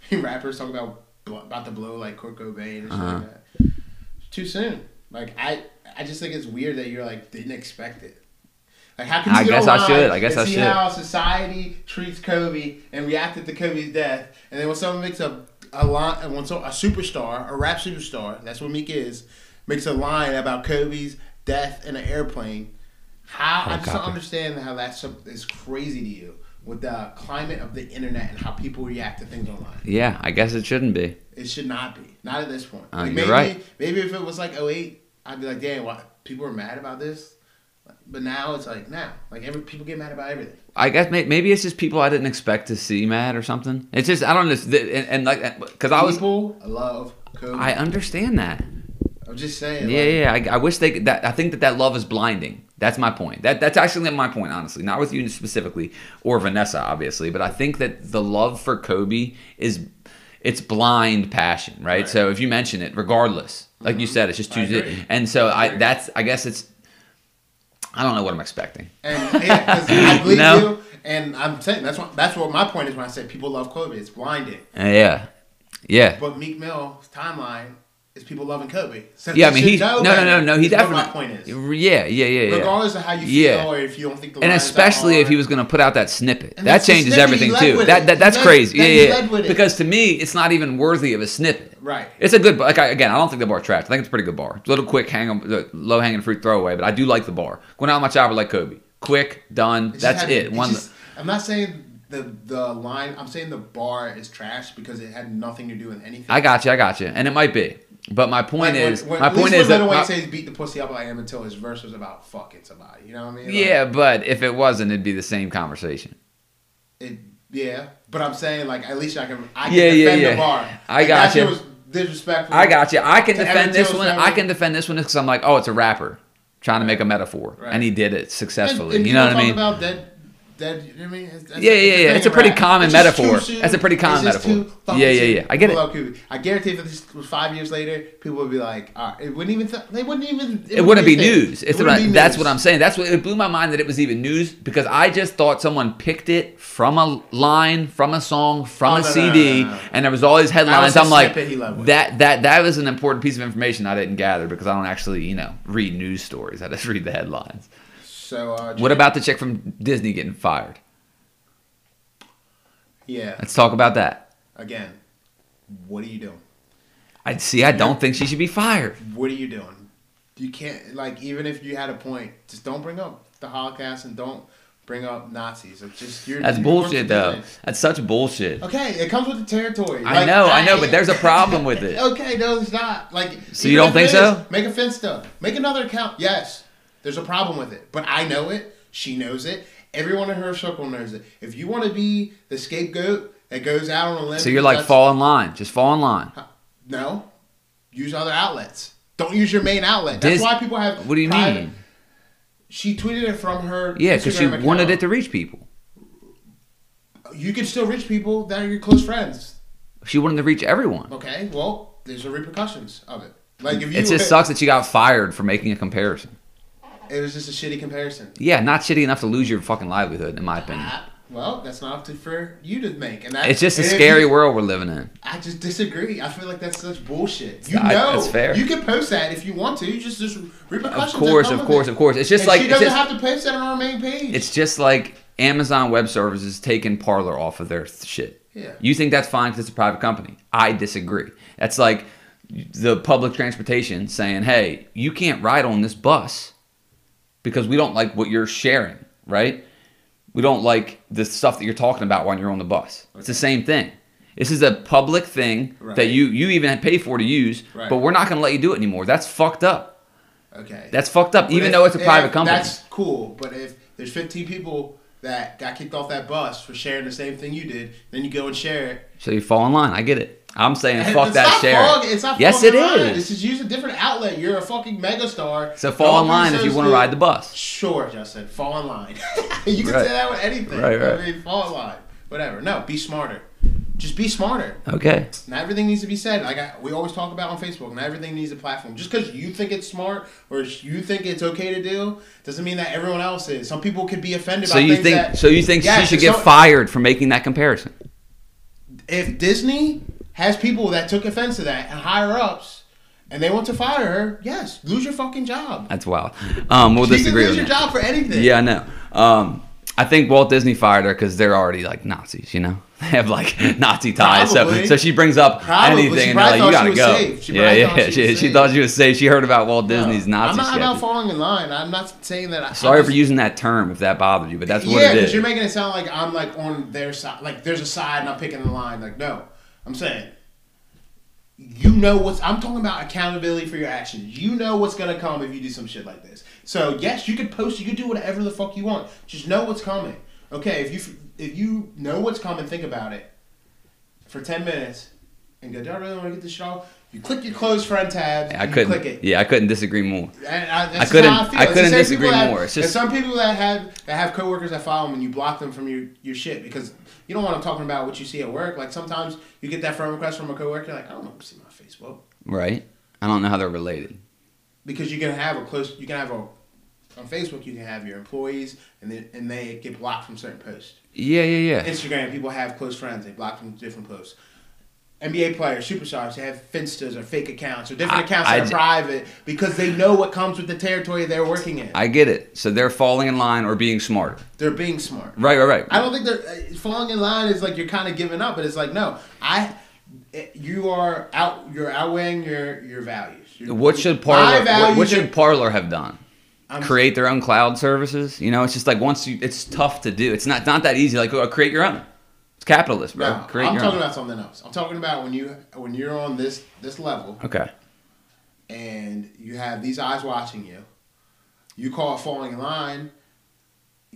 S2: You know, rappers talk about about to blow like Coco Cobain and shit
S1: Uh-huh.
S2: like that. It's too soon. Like I, I just think it's weird that you're like didn't expect it. Like how can you
S1: I
S2: get
S1: guess I
S2: online
S1: should. I guess
S2: and
S1: I
S2: see
S1: should.
S2: how society treats Kobe and reacted to Kobe's death, and then when someone makes a a line, and when so- a superstar, a rap superstar, that's what Meek is, makes a line about Kobe's death in an airplane. How I just don't
S1: Helicopter.
S2: understand how that's some- is crazy to you with the climate of the internet and how people react to things online.
S1: Yeah, I guess it shouldn't be.
S2: It should not be, not at this point.
S1: Uh, you're
S2: maybe,
S1: right.
S2: Maybe if it was like 08, I'd be like, damn, why people are mad about this. But now it's like now, like every people get mad about everything.
S1: I guess may- maybe it's just people I didn't expect to see mad or something. It's just I don't know, it's- and, and like because I was
S2: people love Kobe.
S1: I understand that.
S2: I'm just saying.
S1: Yeah,
S2: like,
S1: yeah. I, I wish they could- that. I think that that love is blinding. That's my point. That that's actually my point, honestly. Not with you specifically or Vanessa, obviously, but I think that the love for Kobe is it's blind passion, right?
S2: Right. Mm-hmm.
S1: So if you mention it, regardless, like you said, it's just
S2: I
S1: too.
S2: agree.
S1: And so I
S2: agree.
S1: that's I guess it's I don't know what I'm expecting.
S2: And yeah, 'cause I believe
S1: No.
S2: you. And I'm saying that's what that's what my point is when I say people love Kobe. It's blinded.
S1: Uh, yeah, yeah.
S2: But Meek Mill's timeline is people loving Kobe. So
S1: Yeah, I
S2: they
S1: mean,
S2: should
S1: he
S2: know
S1: no, no,
S2: better,
S1: no, no. He
S2: is what
S1: definitely.
S2: My point is,
S1: Yeah, yeah, yeah, yeah.
S2: regardless of how you feel
S1: Yeah.
S2: or if you don't think the
S1: and
S2: lines are
S1: especially if he
S2: hard,
S1: was going to put out that snippet,
S2: And
S1: that
S2: that's the
S1: changes
S2: snippet
S1: everything
S2: he led
S1: too.
S2: with
S1: That,
S2: it.
S1: that
S2: He
S1: that's
S2: led-
S1: crazy.
S2: that
S1: yeah,
S2: he
S1: yeah.
S2: led with it.
S1: Because to me, it's not even worthy of a snippet.
S2: Right.
S1: It's a good like I, again. I don't think the bar trash. I think it's a pretty good bar. It's a little quick, hang low hanging fruit throwaway, but I do like the bar. Going out my chopper like Kobe. Quick, done.
S2: just
S1: that's
S2: had-
S1: it. One.
S2: just- I'm not saying the the line. I'm saying the bar is trash because it had nothing to do with anything.
S1: I got you. I got you. And it might be, but my point
S2: Like, when-
S1: is,
S2: when-
S1: my
S2: at least
S1: point
S2: when
S1: is that
S2: Lil Wayne
S1: my-
S2: says beat the pussy up I am until his verse was about fucking somebody. You know what I mean? Like,
S1: yeah, but if it wasn't, it'd be the same conversation.
S2: It, yeah, but I'm saying like at least I can I can
S1: Yeah, yeah,
S2: defend
S1: yeah.
S2: the bar.
S1: I
S2: Like,
S1: got
S2: that shit
S1: you.
S2: Was disrespectful.
S1: I got you. I can
S2: To
S1: defend
S2: Emmett
S1: this
S2: Till's
S1: one. I
S2: family.
S1: can defend this one because I'm like, oh, it's a rapper trying to make a metaphor,
S2: Right.
S1: and he did it
S2: And-
S1: successfully.
S2: and
S1: you
S2: people
S1: know what I
S2: talk
S1: mean?
S2: About dead, dead, you know what I mean? It's- it's-
S1: Yeah, yeah,
S2: it's a
S1: yeah.
S2: thing
S1: It's a
S2: in
S1: pretty
S2: rap.
S1: common
S2: It's just
S1: metaphor.
S2: too soon.
S1: That's a pretty common
S2: It's just
S1: metaphor.
S2: too fucking
S1: Yeah, yeah,
S2: soon
S1: yeah. I get
S2: to
S1: it.
S2: love Kobe. I guarantee if this was five years later, people would be like, all right, it wouldn't even. Th- they wouldn't even.
S1: It wouldn't be
S2: a thing.
S1: news. It's about,
S2: It wouldn't be
S1: That's
S2: news.
S1: what I'm saying. That's what it blew my mind that it was even news because I just thought someone picked it from a line, from a song, from
S2: Oh,
S1: a
S2: no, no,
S1: CD,
S2: no, no, no.
S1: and there was all these headlines.
S2: a
S1: I'm like,
S2: snippet he led with.
S1: that that that was an important piece of information I didn't gather because I don't actually, you know, read news stories. I just read the headlines.
S2: So uh,
S1: What about the chick from Disney getting fired?
S2: Yeah.
S1: Let's talk about that.
S2: Again, what are you doing?
S1: I see. I don't think she should be fired.
S2: what are you doing? You can't like even if you had a point, just don't bring up the Holocaust and don't bring up Nazis. It's just you're
S1: That's
S2: you're forced
S1: bullshit,
S2: to do
S1: though.
S2: it.
S1: That's such bullshit.
S2: Okay, it comes with the territory.
S1: I
S2: Like,
S1: know, I know, but there's a problem with it.
S2: Okay, no, it's not. Like,
S1: So you
S2: even
S1: don't think
S2: if it
S1: so?
S2: Make a fence stuff. Make another account. Yes, there's a problem with it, but I know it. She knows it. Everyone in her circle knows it. If you want to be the scapegoat that goes out on a limb,
S1: So you're like,
S2: that's-
S1: fall in line. Just fall in line.
S2: No, use other outlets. Don't use your main outlet. That's
S1: Dis-
S2: why people have.
S1: What do you
S2: private-
S1: mean?
S2: She tweeted it from her.
S1: Yeah, because she
S2: Instagram account.
S1: wanted it to reach people.
S2: You can still reach people that are your close friends.
S1: She wanted to reach everyone.
S2: Okay, well, there's the repercussions of it. Like if you,
S1: It just sucks that she got fired for making a comparison.
S2: It was just a shitty comparison.
S1: Yeah, not shitty enough to lose your fucking livelihood, in my opinion.
S2: Ah, well, that's not up to for you to make, and that's,
S1: It's just a
S2: and if
S1: scary
S2: you-
S1: world we're living in.
S2: I just disagree. I feel like that's such bullshit. You
S1: I-
S2: know,
S1: that's fair.
S2: You can post that if you want to. You just there's repercussions.
S1: Of course,
S2: that come
S1: of
S2: with
S1: course,
S2: it.
S1: of course. It's just
S2: And
S1: like
S2: she
S1: it's
S2: doesn't
S1: just,
S2: have to post that on our main page.
S1: it's just like Amazon Web Services taking Parler off of their th- shit.
S2: Yeah.
S1: You think that's fine because it's a private company. I disagree. That's like the public transportation saying, hey, you can't ride on this bus because we don't like what you're sharing, right? We don't like the stuff that you're talking about when you're on the bus. It's the same thing. This is a public thing that
S2: Right.
S1: you, you even pay for to use,
S2: Right.
S1: but we're not going to let you do it anymore. That's fucked up.
S2: okay.
S1: That's fucked up,
S2: But
S1: even
S2: if-
S1: though it's a
S2: if-
S1: private company.
S2: That's cool, but if there's 15 people that got kicked off that bus for sharing the same thing you did, then you go and share it.
S1: So you fall in line. I get it. I'm saying
S2: And
S1: fuck
S2: it's
S1: that
S2: not
S1: share.
S2: Wrong, it's not
S1: yes,
S2: fucking
S1: it
S2: wrong.
S1: is.
S2: It's just use a different outlet. You're a fucking megastar.
S1: So fall
S2: Don't
S1: in
S2: be
S1: line
S2: so
S1: if you want to
S2: stupid.
S1: ride the bus.
S2: Sure, Justin. Fall in line. you can
S1: Right.
S2: say that with anything.
S1: Right, right.
S2: I mean, fall in line. Whatever. No, be smarter. Just be smarter.
S1: Okay.
S2: Not everything needs to be said. Like I, we always talk about on Facebook, not everything needs a platform. Just because you think it's smart or you think it's okay to do, doesn't mean that everyone else is. Some people could be offended.
S1: So
S2: by
S1: you
S2: things
S1: think
S2: that-
S1: so you think
S2: Yeah,
S1: she should get
S2: so
S1: fired for making that comparison?
S2: If Disney has people that took offense to that and higher ups, and they want to fire her, yes, lose your fucking job.
S1: That's wild. Um, we'll
S2: you can
S1: disagree
S2: lose
S1: with
S2: your
S1: that.
S2: job for anything.
S1: Yeah, I know. Um, I think Walt Disney fired her because they're already like Nazis, you know? They have like Nazi ties. So,
S2: Probably.
S1: so she brings up
S2: Probably.
S1: anything
S2: She
S1: and they're like,
S2: probably
S1: you
S2: thought
S1: gotta
S2: she
S1: go.
S2: was safe. She
S1: yeah,
S2: probably
S1: yeah.
S2: thought she
S1: she,
S2: was
S1: she
S2: safe.
S1: thought she was safe. She heard about Walt Disney's Nazi
S2: I'm not, I'm
S1: shit.
S2: not falling in line. I'm not saying that. I,
S1: Sorry
S2: I just-
S1: for using that term if that bothered you, but that's what
S2: yeah,
S1: it
S2: because
S1: is.
S2: you're making it sound like I'm like on their side. Like there's a side and I'm picking the line. Like no, I'm saying you know what's. I'm talking about accountability for your actions. You know what's gonna come if you do some shit like this. So yes, you could post. You could do whatever the fuck you want. Just know what's coming. Okay, if you if you know what's coming, think about it for ten minutes and go. Do I really want to get this shit off? You click your close friend tabs.
S1: I
S2: you
S1: couldn't.
S2: click it.
S1: Yeah, I couldn't disagree more.
S2: And I, that's
S1: I
S2: just
S1: couldn't-
S2: How I, feel.
S1: I
S2: It's the
S1: couldn't
S2: same
S1: disagree
S2: people that-
S1: more. It's just-
S2: there's some people that have that have coworkers that follow them and you block them from your, your shit because you don't want them talking about what you see at work. Like sometimes you get that friend request from a coworker, like I don't want to see my Facebook
S1: Right? I don't know how they're related.
S2: because you can have a close, you can have a on Facebook you can have your employees and then and they get blocked from certain posts.
S1: Yeah, yeah, yeah.
S2: Instagram people have close friends they block from different posts. NBA players, superstars, they have finstas or fake accounts or different
S1: I-
S2: accounts
S1: I
S2: that are
S1: j-
S2: private because they know what comes with the territory they're working in.
S1: I get it. So they're falling in line or being smarter.
S2: they're being smart.
S1: Right, right, right.
S2: I don't think they're uh, falling in line is like you're kind of giving up, but it's like no, I, it- you are out, you're outweighing your your values. Your-
S1: What should
S2: my
S1: Parlor? What,
S2: values
S1: what
S2: are-
S1: should Parlor have done?
S2: I'm-
S1: create their own cloud services. You know, it's just like once you, it's tough to do. It's not not that easy. Like oh, create your own. It's capitalist, bro.
S2: No,
S1: uh, create
S2: I'm
S1: your
S2: talking
S1: own.
S2: about something else. I'm talking about when you when you're on this this level
S1: okay.
S2: and you have these eyes watching you. You call it falling in line.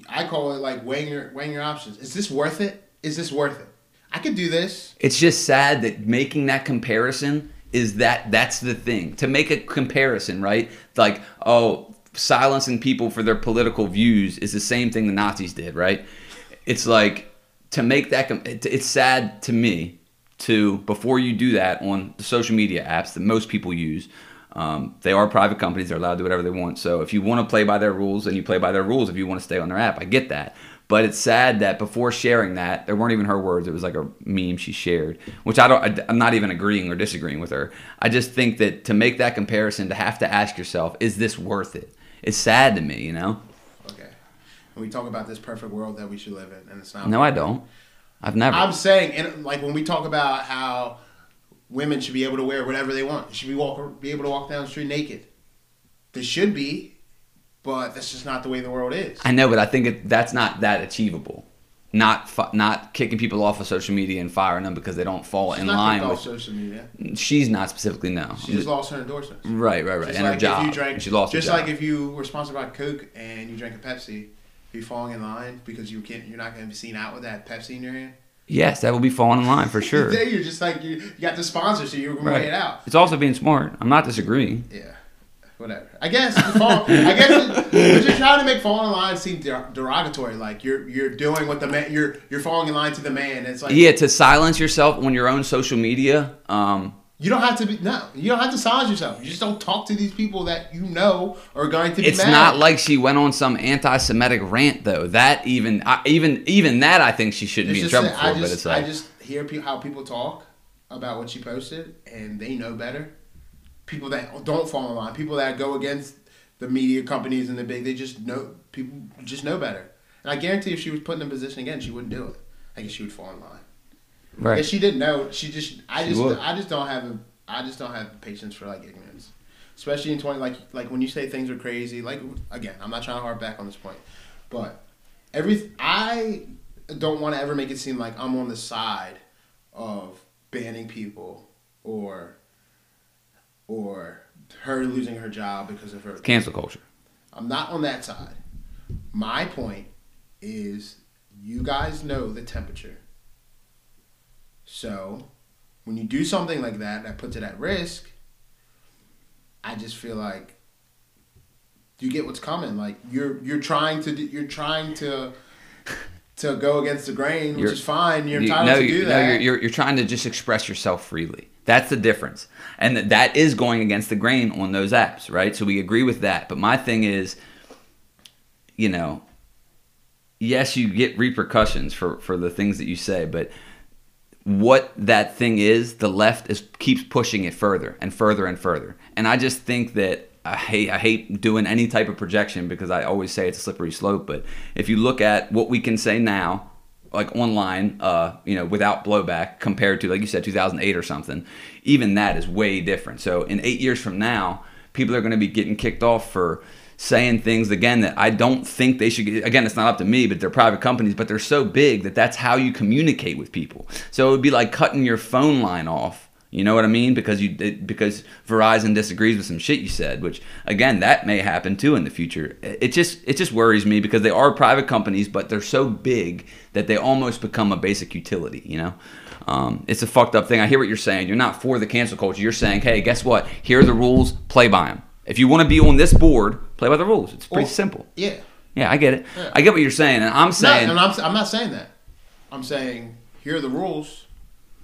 S2: I call it like weighing your weighing your options. Is this worth it? Is this worth it? I could do this.
S1: It's just sad that making that comparison is that that's the thing to make a comparison, right? Like oh, silencing people for their political views is the same thing the Nazis did, right? It's like to make that. Com- it, it's sad to me to before you do that on the social media apps that most people use. Um, they are private companies; they're allowed to do whatever they want. So if you want to play by their rules, then you play by their rules. If you want to stay on their app, I get that. But it's sad that before sharing that, there weren't even her words. It was like a meme she shared, which I don't. I, am not even agreeing or disagreeing with her. I just think that to make that comparison, to have to ask yourself, is this worth it? It's sad to me, you know.
S2: Okay. And we talk about this perfect world that we should live in, and it's not.
S1: No, I don't. I've never.
S2: I'm saying, and like when we talk about how women should be able to wear whatever they want, should be walk be able to walk down the street naked. They should be, but that's just not the way the world is.
S1: I know, but I think it, that's not that achievable. Not fi- not kicking people off of social media and firing them because they don't fall
S2: She's
S1: in
S2: not
S1: line
S2: kicked
S1: with.
S2: off social media.
S1: She's not specifically no.
S2: She just lost her endorsements.
S1: right, Mm, right, right.
S2: Just
S1: and her
S2: like
S1: job.
S2: if you drank,
S1: she lost. her
S2: just
S1: job.
S2: like if you were sponsored by Coke and you drank a Pepsi, you're falling in line because you can't. You're not going to be seen out with that Pepsi in your hand.
S1: yes, that will be falling in line for sure.
S2: There, you're just like you, you got the sponsor, so you're going to
S1: Right.
S2: weigh it out.
S1: It's also being smart. I'm not disagreeing.
S2: Yeah. Whatever. I guess the fall, I guess it, but you're trying to make falling in line seem der- derogatory. Like you're you're doing what the man you're you're falling in line to the man. It's like
S1: Yeah, to silence yourself on your own social media. Um,
S2: you don't have to be no. You don't have to silence yourself. You just don't talk to these people that you know are going to be
S1: it's
S2: mad.
S1: not like she went on some anti-Semitic rant though. That even, I, even, even that, I think she shouldn't
S2: It's
S1: be in
S2: just
S1: trouble
S2: that
S1: for.
S2: I
S1: but
S2: just
S1: it's like,
S2: I just hear pe- how people talk about what she posted, and they know better. People that don't fall in line, people that go against the media companies and the big, they just know people just know better. And I guarantee, if she was put in a position again, she wouldn't do it. I guess she would fall in line.
S1: right.
S2: If she didn't know, she just I
S1: She
S2: just
S1: would.
S2: I just don't have a, I just don't have patience for like ignorance, especially in twenty like like when you say things are crazy. Like again, I'm not trying to harp back on this point, but every I don't want to ever make it seem like I'm on the side of banning people or or her losing her job because of her
S1: Cancel culture.
S2: I'm not on that side. My point is you guys know the temperature. So when you do something like that that puts it at risk, I just feel like you get what's coming. Like you're you're trying to do, you're trying to to go against the grain, which
S1: You're-
S2: is fine. You're
S1: You-
S2: entitled
S1: no,
S2: to
S1: you-
S2: do
S1: no,
S2: that.
S1: you're, you're, you're trying to just express yourself freely. That's the difference. And th- that is going against the grain on those apps, right? So we agree with that. But my thing is, you know, yes, you get repercussions for, for the things that you say, but what that thing is, the left is keeps pushing it further and further and further. And I just think that I hate I hate doing any type of projection because I always say it's a slippery slope. But if you look at what we can say now, like online, uh, you know, without blowback, compared to like you said, 2008 or something, even that is way different. So in eight years from now, people are going to be getting kicked off for saying things again that I don't think they should. Get. Again, it's not up to me, but they're private companies, but they're so big that that's how you communicate with people. So it would be like cutting your phone line off. You know what I mean? Because you it, because Verizon disagrees with some shit you said, which again that may happen too in the future. It it just it just worries me because they are private companies, but they're so big that they almost become a basic utility. You know, um, it's a fucked up thing. I hear what you're saying. You're not for the cancel culture. You're saying, hey, guess what? Here are the rules. Play by them. If you want to be on this board, play by the rules. It's pretty
S2: Or-
S1: simple.
S2: Yeah.
S1: Yeah, I get it.
S2: Yeah.
S1: I get what you're saying, and I'm
S2: No,
S1: saying
S2: and I'm, I'm not saying that. I'm saying here are the rules.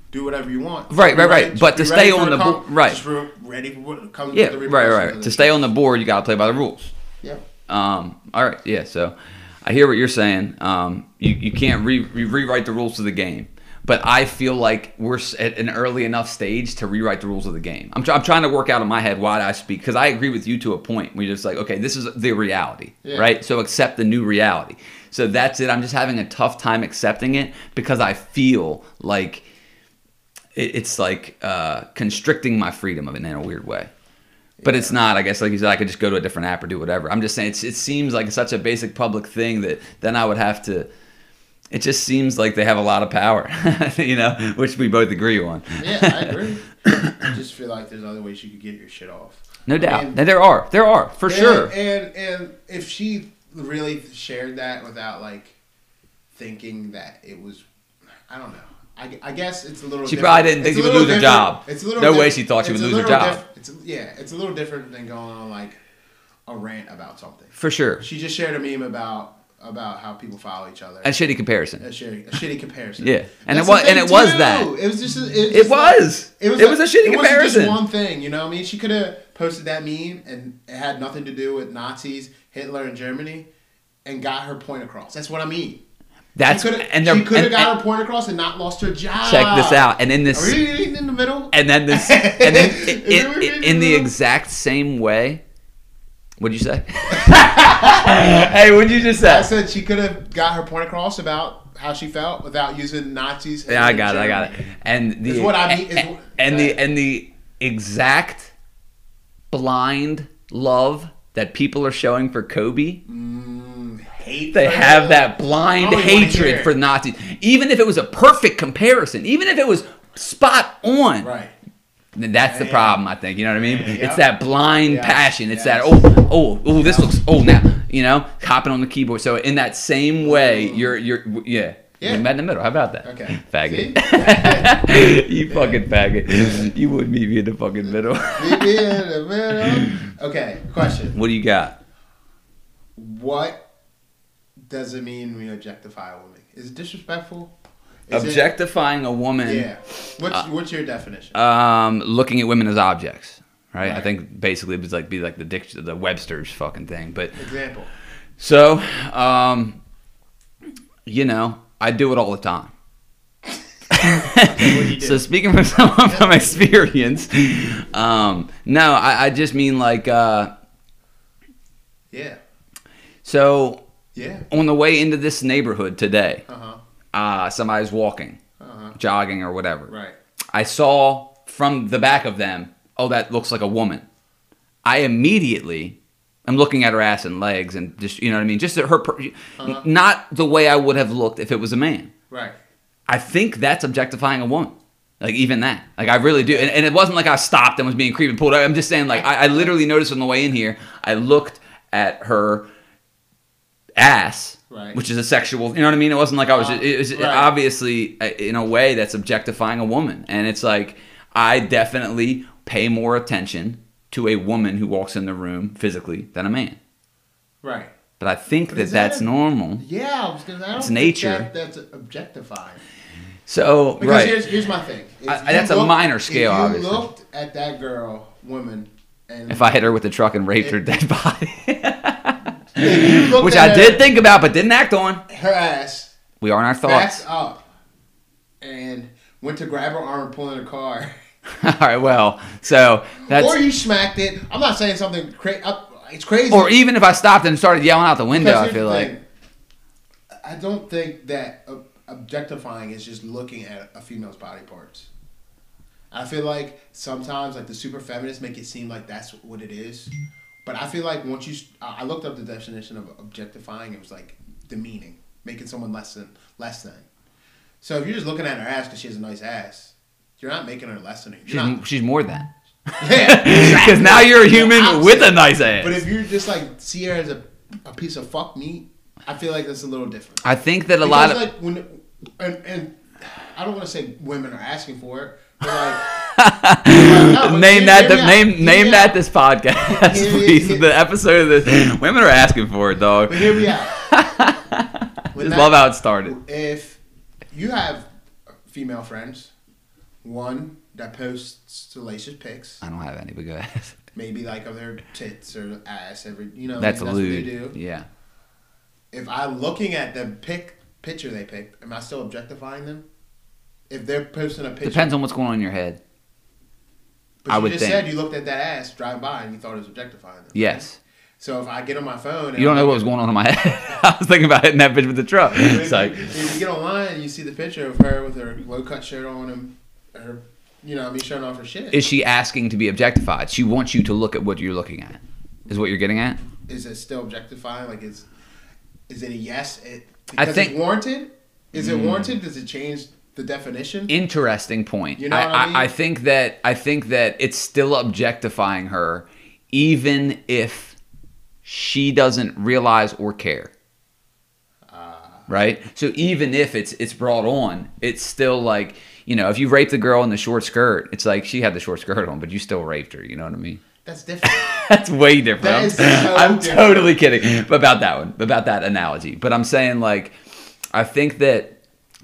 S2: Do whatever you want.
S1: Right,
S2: Be
S1: right, right.
S2: just
S1: But to
S2: be
S1: stay
S2: ready for
S1: on the
S2: com-
S1: bo- right.
S2: Just re- ready for what comes.
S1: yeah,
S2: with the
S1: right,
S2: repercussions
S1: right.
S2: of
S1: To
S2: this.
S1: stay on the board, you got to play by the rules.
S2: Yeah.
S1: Um, all right, yeah. So I hear what you're saying. Um, you, you can't re- re- rewrite the rules of the game, but I feel like we're s- at an early enough stage to rewrite the rules of the game. I'm, try I'm trying to work out in my head why I speak because I agree with you to a point. We're just like, okay, this is the reality,
S2: Yeah.
S1: right? So accept the new reality. So that's it. I'm just having a tough time accepting it because I feel like it, it's like uh, constricting my freedom of it in a weird way. But it's not, I guess, like you said, I could just go to a different app or do whatever. I'm just saying, it's, it seems like such a basic public thing that then I would have to. It just seems like they have a lot of power, you know, which we both agree on.
S2: Yeah, I agree. I just feel like there's other ways you could get your shit off.
S1: no
S2: I
S1: doubt.
S2: mean,
S1: there are, there are for
S2: and,
S1: sure.
S2: And and if she really shared that without like thinking that it was, I don't know. I, I guess it's a little.
S1: She
S2: different.
S1: probably didn't think
S2: It's a
S1: she would
S2: little
S1: lose her
S2: different-
S1: job.
S2: It's a little.
S1: No way
S2: diff-
S1: she thought she
S2: it's
S1: would
S2: a
S1: lose her
S2: little
S1: job.
S2: diff- it's a- yeah, it's a little different than going on like a rant about something.
S1: for sure.
S2: She just shared a meme about about how people follow each other.
S1: A shitty
S2: a
S1: comparison.
S2: shitty, a shitty comparison.
S1: Yeah. And it
S2: That's
S1: wa-
S2: the
S1: and
S2: thing,
S1: it was
S2: too.
S1: that.
S2: It was just. A,
S1: It
S2: just like-
S1: was. It was a shitty
S2: wasn't
S1: comparison.
S2: Just one thing, you know. what I mean, she could have posted that meme, and it had nothing to do with Nazis, Hitler, and Germany, and got her point across. That's what I mean.
S1: That's
S2: she coulda-
S1: and they're
S2: she could have
S1: and-
S2: got
S1: and-
S2: her point across and not lost her job.
S1: check this out. And in
S2: Are
S1: this,
S2: we reading in the middle?
S1: and then this, and then
S2: Is
S1: in,
S2: it what
S1: in,
S2: it
S1: in,
S2: is,
S1: the
S2: bro?
S1: exact same way. What did you say? hey, what did you just
S2: I
S1: say?
S2: said she could have got her point across about how she felt without using Nazis.
S1: Yeah, I
S2: Hitler,
S1: got it. I got it.
S2: Germany.
S1: And the
S2: Is what I mean- is
S1: and,
S2: what-
S1: the and the exact blind love that people are showing for Kobe.
S2: Mm, hate.
S1: They
S2: for
S1: have
S2: him.
S1: that blind
S2: I don't even Oh, wanna hear
S1: hatred
S2: it.
S1: for Nazis. Even if it was a perfect comparison, even if it was spot on,
S2: Right.
S1: then that's the
S2: Yeah.
S1: problem. I think you know what I mean.
S2: Yeah.
S1: It's that blind
S2: Yeah.
S1: passion. It's that
S2: Yes.
S1: oh oh oh this looks oh now you know hopping on the keyboard. So in that same way, you're you're w- yeah.
S2: Yeah.
S1: We met in the middle. How about that?
S2: Okay.
S1: Faggot.
S2: See?
S1: you fucking faggot. You wouuld meet me in the fucking middle.
S2: Leave me in the middle. Okay, question.
S1: what do you got?
S2: What does it mean when you objectify a woman? Is it disrespectful? Is it-
S1: Objectifying a woman.
S2: yeah. What's,
S1: Uh,
S2: what's your definition?
S1: um, looking at women as objects, right? I
S2: Right.
S1: think basically it was like be like the dict- the Webster's fucking thing. But
S2: Example.
S1: so, um, you know, I do it all the time.
S2: do you do?
S1: so speaking from someone from experience, um, no, I, I just mean like uh,
S2: Yeah.
S1: so
S2: Yeah.
S1: on the way into this neighborhood today,
S2: Uh huh.
S1: uh, somebody's walking,
S2: Uh huh.
S1: jogging, or whatever.
S2: Right.
S1: I saw from the back of them, oh, that looks like a woman. I immediately am looking at her ass and legs and just, you know what I mean? Just at her, per-
S2: Uh-huh.
S1: not the way I would have looked if it was a man.
S2: Right.
S1: I think that's objectifying a woman. Like, even that. Like, I really do. And, and it wasn't like I stopped and was being creepy and pulled out. I'm just saying, like, I, I literally noticed on the way in here, I looked at her ass.
S2: Right.
S1: Which is a sexual, you know what I mean? It wasn't like I was.
S2: Uh,
S1: Just, it was
S2: right.
S1: obviously uh, in a way that's objectifying a woman, and it's like I definitely pay more attention to a woman who walks in the room physically than a man.
S2: Right.
S1: But I think
S2: But
S1: that
S2: is that
S1: that's
S2: a-
S1: normal.
S2: Yeah, I was gonna. I don't
S1: It's
S2: think
S1: nature.
S2: That, that's objectifying.
S1: So
S2: Because
S1: right,
S2: here's here's my thing. If
S1: I-
S2: you
S1: that's a minor scale,
S2: If you
S1: obviously.
S2: looked at that girl, woman, and
S1: if I hit her with a truck and raped her
S2: If-
S1: dead body,
S2: If you looked
S1: which
S2: at
S1: I
S2: her-
S1: did think about but didn't act on,
S2: her ass,
S1: we are in our thoughts.
S2: backed up and went to grab her arm and pull in her car.
S1: All right. Well, so that's
S2: or you smacked it. I'm not saying something crazy. It's crazy.
S1: or even if I stopped and started yelling out the window,
S2: Because
S1: I
S2: here's
S1: feel
S2: the
S1: like
S2: thing. I don't think that ob- objectifying is just looking at a female's body parts. I feel like sometimes like the super feminists make it seem like that's what it is, but I feel like once you, s- I I looked up the definition of objectifying. It was like demeaning, making someone less than less than. So if you're just looking at her ass because she has a nice ass, you're not making her less than her.
S1: she's,
S2: You're not,
S1: she's more than.
S2: yeah.
S1: Because now you're a human
S2: Opposite.
S1: with a nice ass.
S2: But if you just like see her as a, a piece of fuck meat, I feel like that's a little different.
S1: I think that a lot of
S2: Because, like when and, and I don't want to say women are asking for it, but like No, but
S1: name
S2: hear-
S1: that
S2: hear
S1: the,
S2: me out.
S1: name
S2: Hear
S1: name
S2: me
S1: that
S2: out.
S1: this podcast,
S2: Hear me-
S1: please.
S2: hear-
S1: The episode of this. Women are asking for it, dog.
S2: But hear me out. When
S1: Just
S2: that-
S1: love how it started.
S2: If you have female friends, one that posts salacious pics,
S1: I don't have any, but go ahead.
S2: maybe like of their tits or ass every you know
S1: That's
S2: like,
S1: lewd.
S2: what they do.
S1: Yeah.
S2: If I'm looking at the pic picture they picked, am I still objectifying them? If they're posting a picture,
S1: Depends on what's going on in your head.
S2: but you
S1: I would
S2: just
S1: think.
S2: said you looked at that ass drive by and you thought it was objectifying them.
S1: Yes.
S2: So if I get on my phone, and
S1: You don't
S2: I'm
S1: know what
S2: like-
S1: was going on in my head. I was thinking about hitting that bitch with the truck.
S2: If
S1: It's
S2: you-
S1: like,
S2: if you get online and you see the picture of her with her low cut shirt on and her, you know, what I mean, showing off her shit.
S1: is she asking to be objectified? She wants you to look at what you're looking at. Is what you're getting at?
S2: is it still objectifying? Like, is is it a yes? It,
S1: I
S2: because
S1: think- Hmm.
S2: it's warranted. Is it warranted? Does it change the definition?
S1: interesting point.
S2: You know
S1: I,
S2: what I mean?
S1: I, I think that I think that it's still objectifying her, even if she doesn't realize or care.
S2: Uh.
S1: Right. So even if it's it's brought on, it's still like you know if you raped the girl in the short skirt, it's like she had the short skirt on, but you still raped her. You know what I mean?
S2: That's different.
S1: That's way different.
S2: That
S1: I'm-
S2: is so
S1: I'm,
S2: different.
S1: totally kidding about that one, about that analogy. But I'm saying like, I think that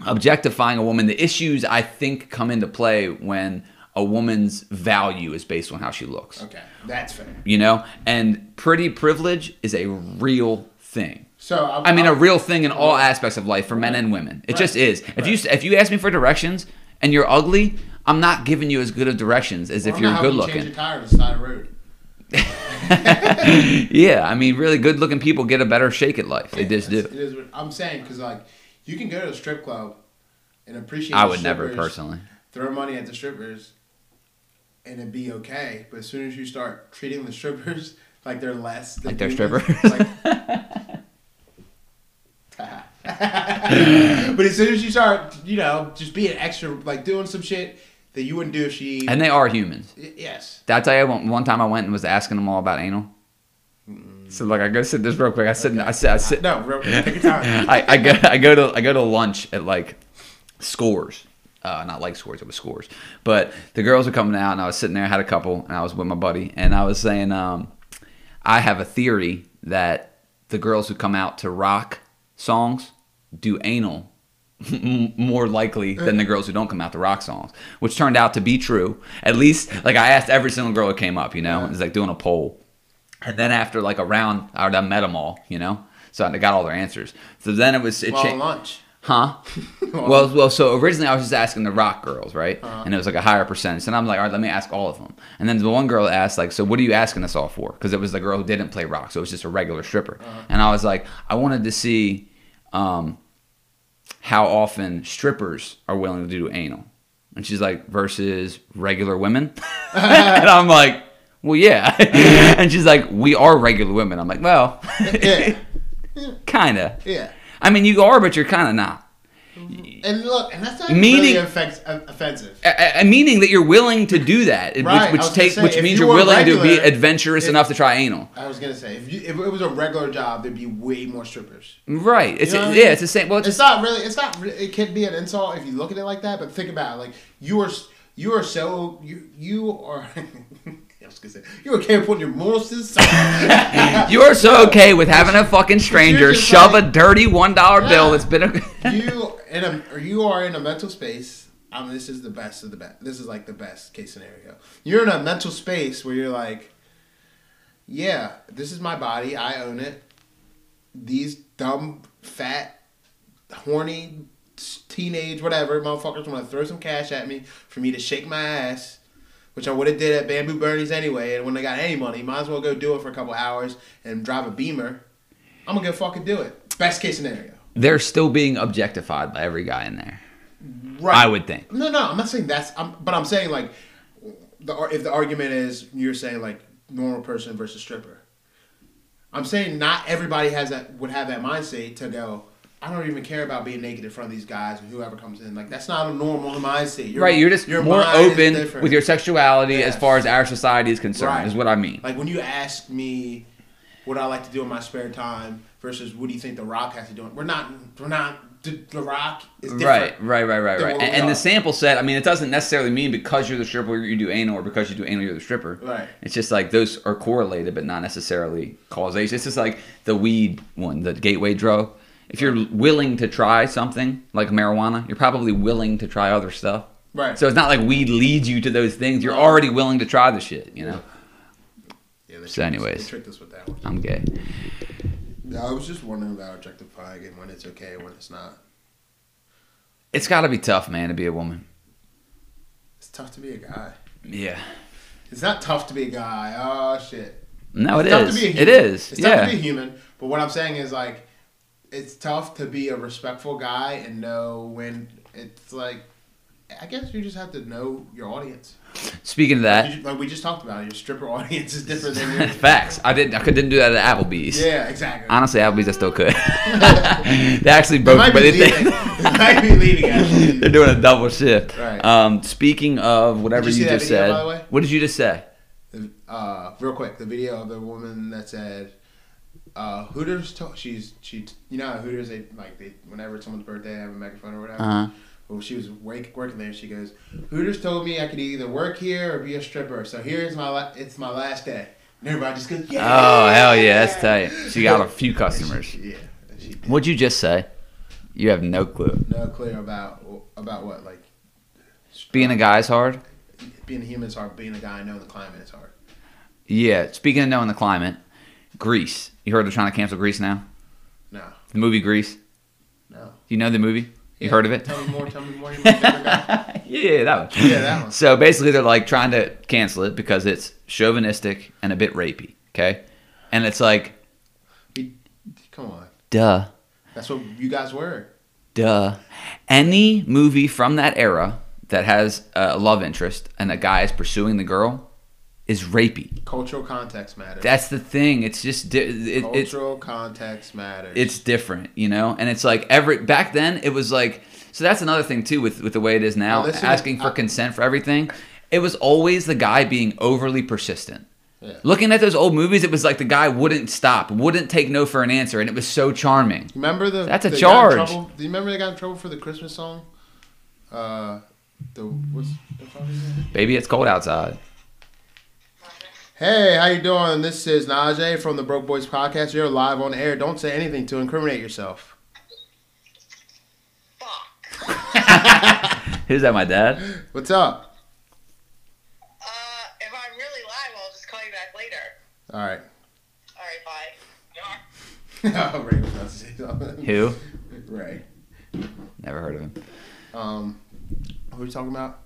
S1: objectifying a woman, the issues I think come into play when a woman's value is based on how she looks.
S2: okay, that's fair.
S1: You know, and pretty privilege is a real thing.
S2: So
S1: I mean, a real thing in all aspects of life for men and women. It
S2: Right.
S1: just is. If you if you ask me for directions and you're ugly, I'm not giving you as good of directions as if you're good looking.
S2: Change your tire on the side of the road.
S1: Yeah, I mean, really good looking people get a better shake at life. They just
S2: That's-
S1: do.
S2: It is what I'm saying because like you can go to a strip club and appreciate.
S1: I
S2: the
S1: would never
S2: strippers,
S1: personally.
S2: Throw money at the strippers, and it'd be okay. But as soon as you start treating the strippers like they're less, than
S1: Like they're
S2: humans,
S1: strippers.
S2: like- but as soon as you start, you know, just being extra, like doing some shit that you wouldn't do if she.
S1: And they are humans.
S2: Y- yes.
S1: Did I tell you one, one time I went and was asking them all about anal?
S2: Mm.
S1: So like I go sit this real quick. I sit. and I sit. I sit.
S2: No, real- take your time.
S1: I, I go I go to I go to lunch at like scores. Uh, not like scores, it was scores. But the girls were coming out and I was sitting there, I had a couple, and I was with my buddy, and I was saying, um, I have a theory that the girls who come out to rock songs do anal more likely than the girls who don't come out to rock songs, which turned out to be true. At least, like I asked every single girl that came up, you know, it's like doing a poll. And then after like a round, I done met them all, you know, so I got all their answers. So then it was it
S2: While on
S1: changed,
S2: lunch.
S1: huh? well, well, so originally I was just asking the rock girls, right?
S2: Uh-huh.
S1: And it was like a higher percentage. And I'm like, all right, let me ask all of them. And then the one girl asked, like, so what are you asking us all for? Because it was the girl who didn't play rock, so it was just a regular stripper.
S2: Uh-huh.
S1: And I was like, I wanted to see um, how often strippers are willing to do anal. And she's like, versus regular women. and I'm like, well, yeah. and she's like, we are regular women. I'm like, well,
S2: Yeah.
S1: kind of.
S2: Yeah.
S1: I mean, you are, but you're kind of not.
S2: And look, and that's not
S1: Meaning-
S2: really offens- offensive.
S1: a, a- meaning that you're willing to do that, it-
S2: Right, I
S1: which,
S2: was
S1: which
S2: gonna
S1: take
S2: say,
S1: which
S2: if
S1: means
S2: you
S1: you're
S2: were
S1: willing to be
S2: regular,
S1: adventurous
S2: it-
S1: enough to try anal.
S2: I was gonna say if you if it was a regular job, there'd be way more strippers.
S1: Right. It's
S2: You know what I
S1: yeah.
S2: mean?
S1: It's the same. Well, it's,
S2: It's not really. It's not. re- It can be an insult if you look at it like that. But think about it. Like you are. s- You are so. You you are. I was gonna say you are capable of your morals to the side.
S1: you are so okay with having a fucking stranger
S2: just
S1: shove a
S2: like-
S1: dirty one dollar bill
S2: Yeah.
S1: that's been a.
S2: you in a or you are in a mental space. I mean, this is the best of the best. This is like the best case scenario. You're in a mental space where you're like, yeah, this is my body. I own it. These dumb, fat, horny, s- teenage, whatever motherfuckers want to throw some cash at me for me to shake my ass. which I would have did at Bamboo Bernie's anyway. And when I got any money, might as well go do it for a couple hours and drive a Beamer. I'm gonna go fucking do it. Best case scenario.
S1: They're still being objectified by every guy in there.
S2: Right.
S1: I would think.
S2: No, no, I'm not saying that's. I'm, but I'm saying like, the ar- if the argument is you're saying like normal person versus stripper, I'm saying not everybody has that would have that mindset to go. I don't even care about being naked in front of these guys and whoever comes in. Like that's not a normal mindset. Your-
S1: right, you're just
S2: your
S1: more
S2: mind is
S1: open
S2: different.
S1: with your sexuality as
S2: Yes.
S1: far as our society is concerned,
S2: Right.
S1: is what I mean.
S2: Like when you ask me what I like to do in my spare time versus what do you think The Rock has to do? We're not. We're not. The, the Rock is different.
S1: Right, right, right, right,
S2: than
S1: right.
S2: what
S1: And,
S2: we
S1: and
S2: are.
S1: the sample set, I mean, it doesn't necessarily mean because you're the stripper you do anal or because you do anal you're the stripper.
S2: Right.
S1: It's just like those are correlated but not necessarily causation. It's just like the weed one, the gateway drug. If you're willing to try something like marijuana, you're probably willing to try other stuff.
S2: Right.
S1: So it's not like weed leads you to those things. You're
S2: Right.
S1: already willing to try the shit, you know? So
S2: Yeah, they tricked us-
S1: anyways.
S2: they tricked us with that one.
S1: I'm gay.
S2: Yeah, I was just wondering about objectifying and when it's okay and when it's not.
S1: It's got to be tough, man, to be a woman.
S2: It's tough to be a guy.
S1: Yeah.
S2: It's not tough to be a guy. Oh shit.
S1: No, it
S2: it's tough
S1: is.
S2: to be a
S1: It
S2: human.
S1: is.
S2: It's
S1: yeah.
S2: tough to be a human. But what I'm saying is like, it's tough to be a respectful guy and know when it's like. I guess you just have to know your audience.
S1: Speaking of
S2: You
S1: that,
S2: ju- like we just talked about, it, your stripper audience is different than your.
S1: facts. I didn't. I could- didn't do that at Applebee's.
S2: Yeah, exactly.
S1: Honestly, Applebee's I still could. they actually
S2: They
S1: broke,
S2: might
S1: but
S2: be
S1: they,
S2: leaving. They might be leaving. Actually.
S1: they're doing a double shift.
S2: Right.
S1: Um, speaking of whatever
S2: Did
S1: you,
S2: you see that
S1: just
S2: video,
S1: said,
S2: by the way?
S1: what did you just say?
S2: uh, real quick, the video of the woman that said, uh, "Hooters." To- she's she. You know, how Hooters. They like they whenever it's someone's birthday, they have a megaphone or whatever.
S1: Uh-huh.
S2: Well, she was wake, working there. She goes, "Hooters told me I could either work here or be a stripper. So here's my la- it's my last day." And everybody just goes, "Yeah."
S1: Oh hell yeah, that's tight. She got a few customers.
S2: Yeah. and She did
S1: What'd you just say? You have no clue.
S2: no clear about about what like uh,
S1: Being a guy is hard.
S2: being a human is hard. Being a guy, knowing the climate is hard.
S1: Yeah. Speaking of knowing the climate, Greece. You heard they're trying to cancel Greece now.
S2: No,
S1: The movie Greece.
S2: no.
S1: You know the movie? You
S2: Yeah,
S1: heard of it?
S2: Tell me more. Tell me more. You're my favorite guy.
S1: yeah, that one.
S2: Yeah, that one.
S1: So basically, they're like trying to cancel it because it's chauvinistic and a bit rapey. Okay, and it's like,
S2: Come on.
S1: duh,
S2: That's what you guys were.
S1: duh. Any movie from that era that has a love interest and a guy is pursuing the girl is rapey.
S2: Cultural context matters.
S1: That's the thing. It's just di- it, it's
S2: Cultural context matters.
S1: it's different, you know. And it's like every back then it was like so that's another thing too with with the way it is now,
S2: Now, listen,
S1: asking for
S2: I-
S1: consent for everything. It was always the guy being overly persistent.
S2: Yeah.
S1: Looking at those old movies, it was like the guy wouldn't stop, wouldn't take no for an answer, and it was so charming.
S2: remember the
S1: That's a
S2: they got in
S1: charge.
S2: trouble- Do you remember they got in trouble for the Christmas song? Uh, the what's the fuck is it?
S1: Baby, it's cold outside.
S2: Hey, how you doing? This is Najee from the Broke Boys podcast. You're live on air. Don't say anything to incriminate yourself.
S5: Fuck.
S1: Who's that, my dad?
S2: What's up?
S5: Uh, if I'm really live, I'll just call you back later.
S2: All right.
S5: All right, bye.
S2: Oh, Ray was about to say something.
S1: Who?
S2: Ray.
S1: Never heard of him.
S2: Um, what were we talking about?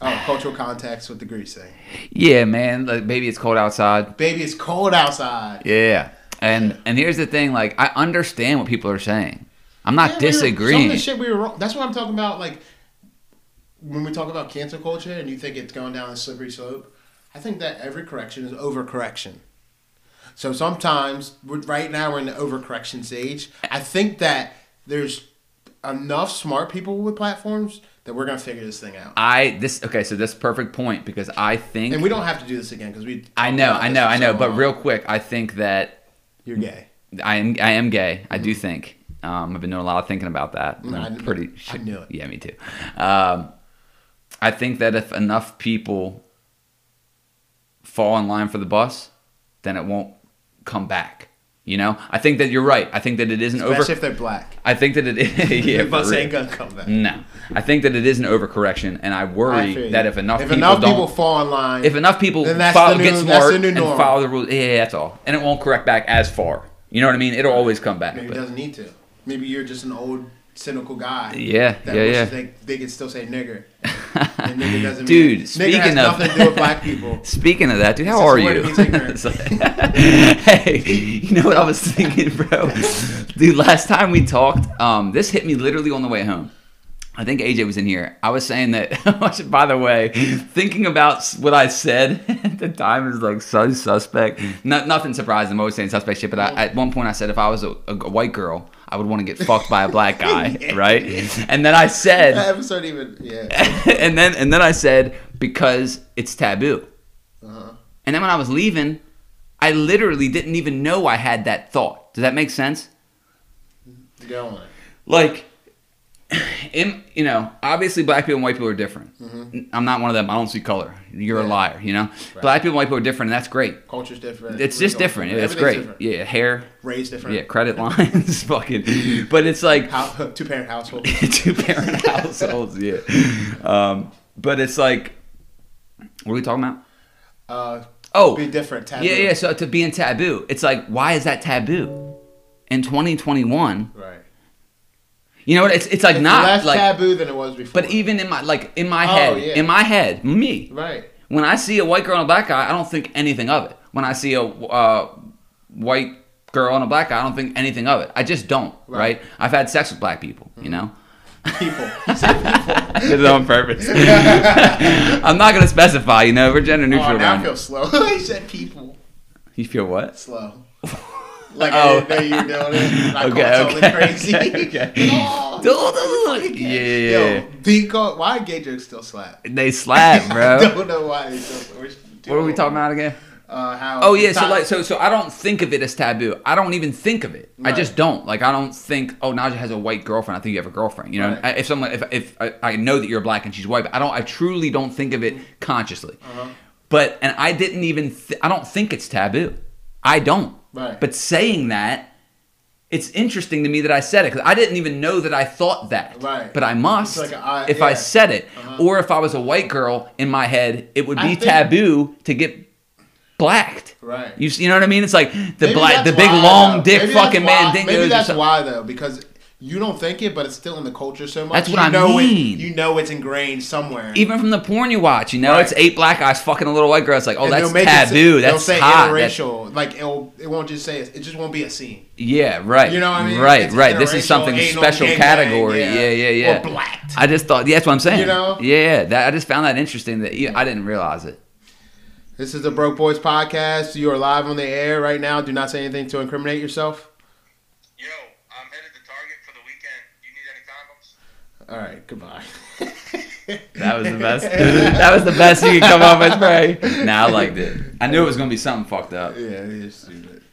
S2: Oh, cultural context with the grease thing.
S1: Yeah, man. Like, baby, it's cold outside.
S2: Baby, it's cold outside.
S1: Yeah. And and here's the thing, like I understand what people are saying. I'm not
S2: Yeah, we were- Some
S1: disagreeing.
S2: of the shit we were wrong. That's what I'm talking about. Like when we talk about cancel culture, and you think it's going down a slippery slope. I think that every correction is overcorrection. So sometimes, we're, right now, we're in the overcorrection stage. I think that there's enough smart people with platforms that we're gonna figure this thing out,
S1: I this okay, so that's perfect point because I think
S2: and we don't have to do this again because we.
S1: I know, I know, I know. But
S2: Um,
S1: real quick, I think that
S2: You're gay.
S1: I am I am gay. I do think. Um, I've been doing a lot of thinking about that.
S2: Mm-hmm. Mm, I
S1: I'm
S2: kn-
S1: pretty.
S2: I
S1: sure-
S2: knew it.
S1: Yeah, me too. Um, I think that if enough people fall in line for the bus, then it won't come back. You know, I think that you're right. I think that it isn't
S2: Especially
S1: over.
S2: if they're black.
S1: I think that it is. yeah,
S2: Yeah,
S1: for
S2: bus
S1: real.
S2: ain't gonna come back.
S1: No, I think that it is an overcorrection, and I
S2: I
S1: worry
S2: feel you.
S1: that if enough
S2: if
S1: people
S2: enough
S1: don't,
S2: people fall in line,
S1: if enough people
S2: Then that's
S1: follow,
S2: the
S1: get
S2: new-
S1: smart
S2: that's the new
S1: and
S2: norm.
S1: follow the rules, yeah, yeah, that's all, and it won't correct back as far. You know what I mean? It'll always come back.
S2: Maybe
S1: but-
S2: it doesn't need to. Maybe you're just an old cynical guy.
S1: Yeah,
S2: That
S1: yeah,
S2: wishes
S1: yeah.
S2: They, they can still say nigger. And nigga doesn't
S1: dude,
S2: mean, nigga has
S1: speaking of
S2: nothing to do with black people.
S1: Speaking of that, dude, how
S2: It's just
S1: are
S2: a word,
S1: you?
S2: it means ignorant.
S1: It's like- hey, you know what I was thinking, bro? Dude, last time we talked, um, this hit me literally on the way home. I think AJ was in here. I was saying that, by the way, thinking about s- what I said at the time is like so suspect. No, nothing surprising. I'm always saying suspect shit, but I, at one point I said if I was a, a white girl, I would want to get fucked by a black guy, right? And then I said,
S2: That episode even, yeah.
S1: and then and then I said because it's taboo.
S2: Uh-huh.
S1: And then when I was leaving, I literally didn't even know I had that thought. Does that make sense?
S2: Go on.
S1: Like, in, you know, obviously black people and white people are different. I'm not one of them. I don't see color. You're a
S2: Mm-hmm. Yeah.
S1: liar. You know, black people and white people are different, and that's great.
S2: Culture's different.
S1: It's just different. It's
S2: Everything's
S1: great.
S2: different.
S1: Yeah, hair.
S2: Race different.
S1: Yeah, credit lines. fucking. But it's like
S2: How, two parent household.
S1: two parent households. Yeah. Um, but it's like, what are we talking about?
S2: Uh,
S1: Oh,
S2: be different. Taboo.
S1: Yeah, yeah. So to being taboo, it's like, why is that taboo? In 2021,
S2: Right.
S1: you know what? It's it's like
S2: It's
S1: not
S2: less
S1: like.
S2: taboo than it was before.
S1: But even in my like in my
S2: Oh,
S1: head,
S2: yeah.
S1: in my head, me.
S2: right.
S1: When I see a white girl and a black guy, I don't think anything of it. When I see a uh, white girl and a black guy, I don't think anything of it. I just don't. Right?
S2: Right.
S1: I've had sex with black people. You know.
S2: People.
S1: I did it on purpose. I'm not gonna specify. You know, we're gender neutral.
S2: Oh, now
S1: around
S2: I
S1: here.
S2: feel slow. he said people.
S1: you feel what?
S2: Slow. Like
S1: Oh.
S2: I didn't know you were doing it. I
S1: Okay,
S2: called
S1: okay,
S2: something crazy.
S1: okay, okay.
S2: Oh,
S1: Yeah, yeah, yeah.
S2: Yo, D call, why gay jokes still slap?
S1: They slap,
S2: I
S1: bro.
S2: don't know why they still
S1: what are we talking about again?
S2: Uh, how
S1: Oh yeah, so like so so I don't think of it as taboo. I don't even think of it. I
S2: Right.
S1: just don't. Like I don't think, oh Naja has a white girlfriend. I think you have a girlfriend. You know,
S2: Right.
S1: I- if someone if if I, I know that you're black and she's white, but I don't. I truly don't think of it consciously.
S2: Uh-huh.
S1: But and I didn't even. Th- I don't think it's taboo. I don't.
S2: Right.
S1: But saying that, it's interesting to me that I said it because I didn't even know that I thought that.
S2: Right.
S1: But I must
S2: It's like a- I-
S1: if I
S2: yeah.
S1: said it,
S2: Uh-huh.
S1: or if I was a white girl in my head, it would be
S2: I think-
S1: taboo to get blacked.
S2: Right.
S1: You, s- you know what I mean? It's like the
S2: Maybe
S1: black,
S2: that's
S1: the big
S2: why,
S1: long
S2: though.
S1: dick
S2: Maybe that's
S1: fucking
S2: why-
S1: man dingoes.
S2: Maybe
S1: or
S2: that's
S1: something.
S2: why though, because you don't think it, but it's still in the culture so much.
S1: That's what
S2: you
S1: I
S2: know
S1: mean.
S2: It, you know it's ingrained somewhere.
S1: Even from the porn you watch, you know,
S2: Right.
S1: it's eight black guys fucking a little white girl. It's like, oh,
S2: And
S1: that's
S2: they'll make it s-
S1: taboo.
S2: they'll
S1: that's
S2: say
S1: hot. That-
S2: interracial. like it'll, it won't just say it. It just won't be a scene.
S1: yeah, right.
S2: You know what I mean?
S1: Right,
S2: It's
S1: right. This
S2: interracial,
S1: is something
S2: anal
S1: special
S2: gangbang,
S1: category.
S2: yeah.
S1: yeah, yeah, yeah.
S2: Or blacked.
S1: I just thought, yeah, that's what I'm saying.
S2: You know?
S1: Yeah, that, I just found that interesting. That yeah, I didn't realize it.
S2: This is the Broke Boys podcast. You are live on the air right now. Do not say anything to incriminate yourself.
S5: Yo, I'm headed to Target for the weekend.
S2: All right, goodbye.
S5: You need any condoms?
S1: That was the best. that was the best you could come up with, bro. Nah, I liked it. I knew it was gonna be something fucked up.
S2: Yeah, it is stupid.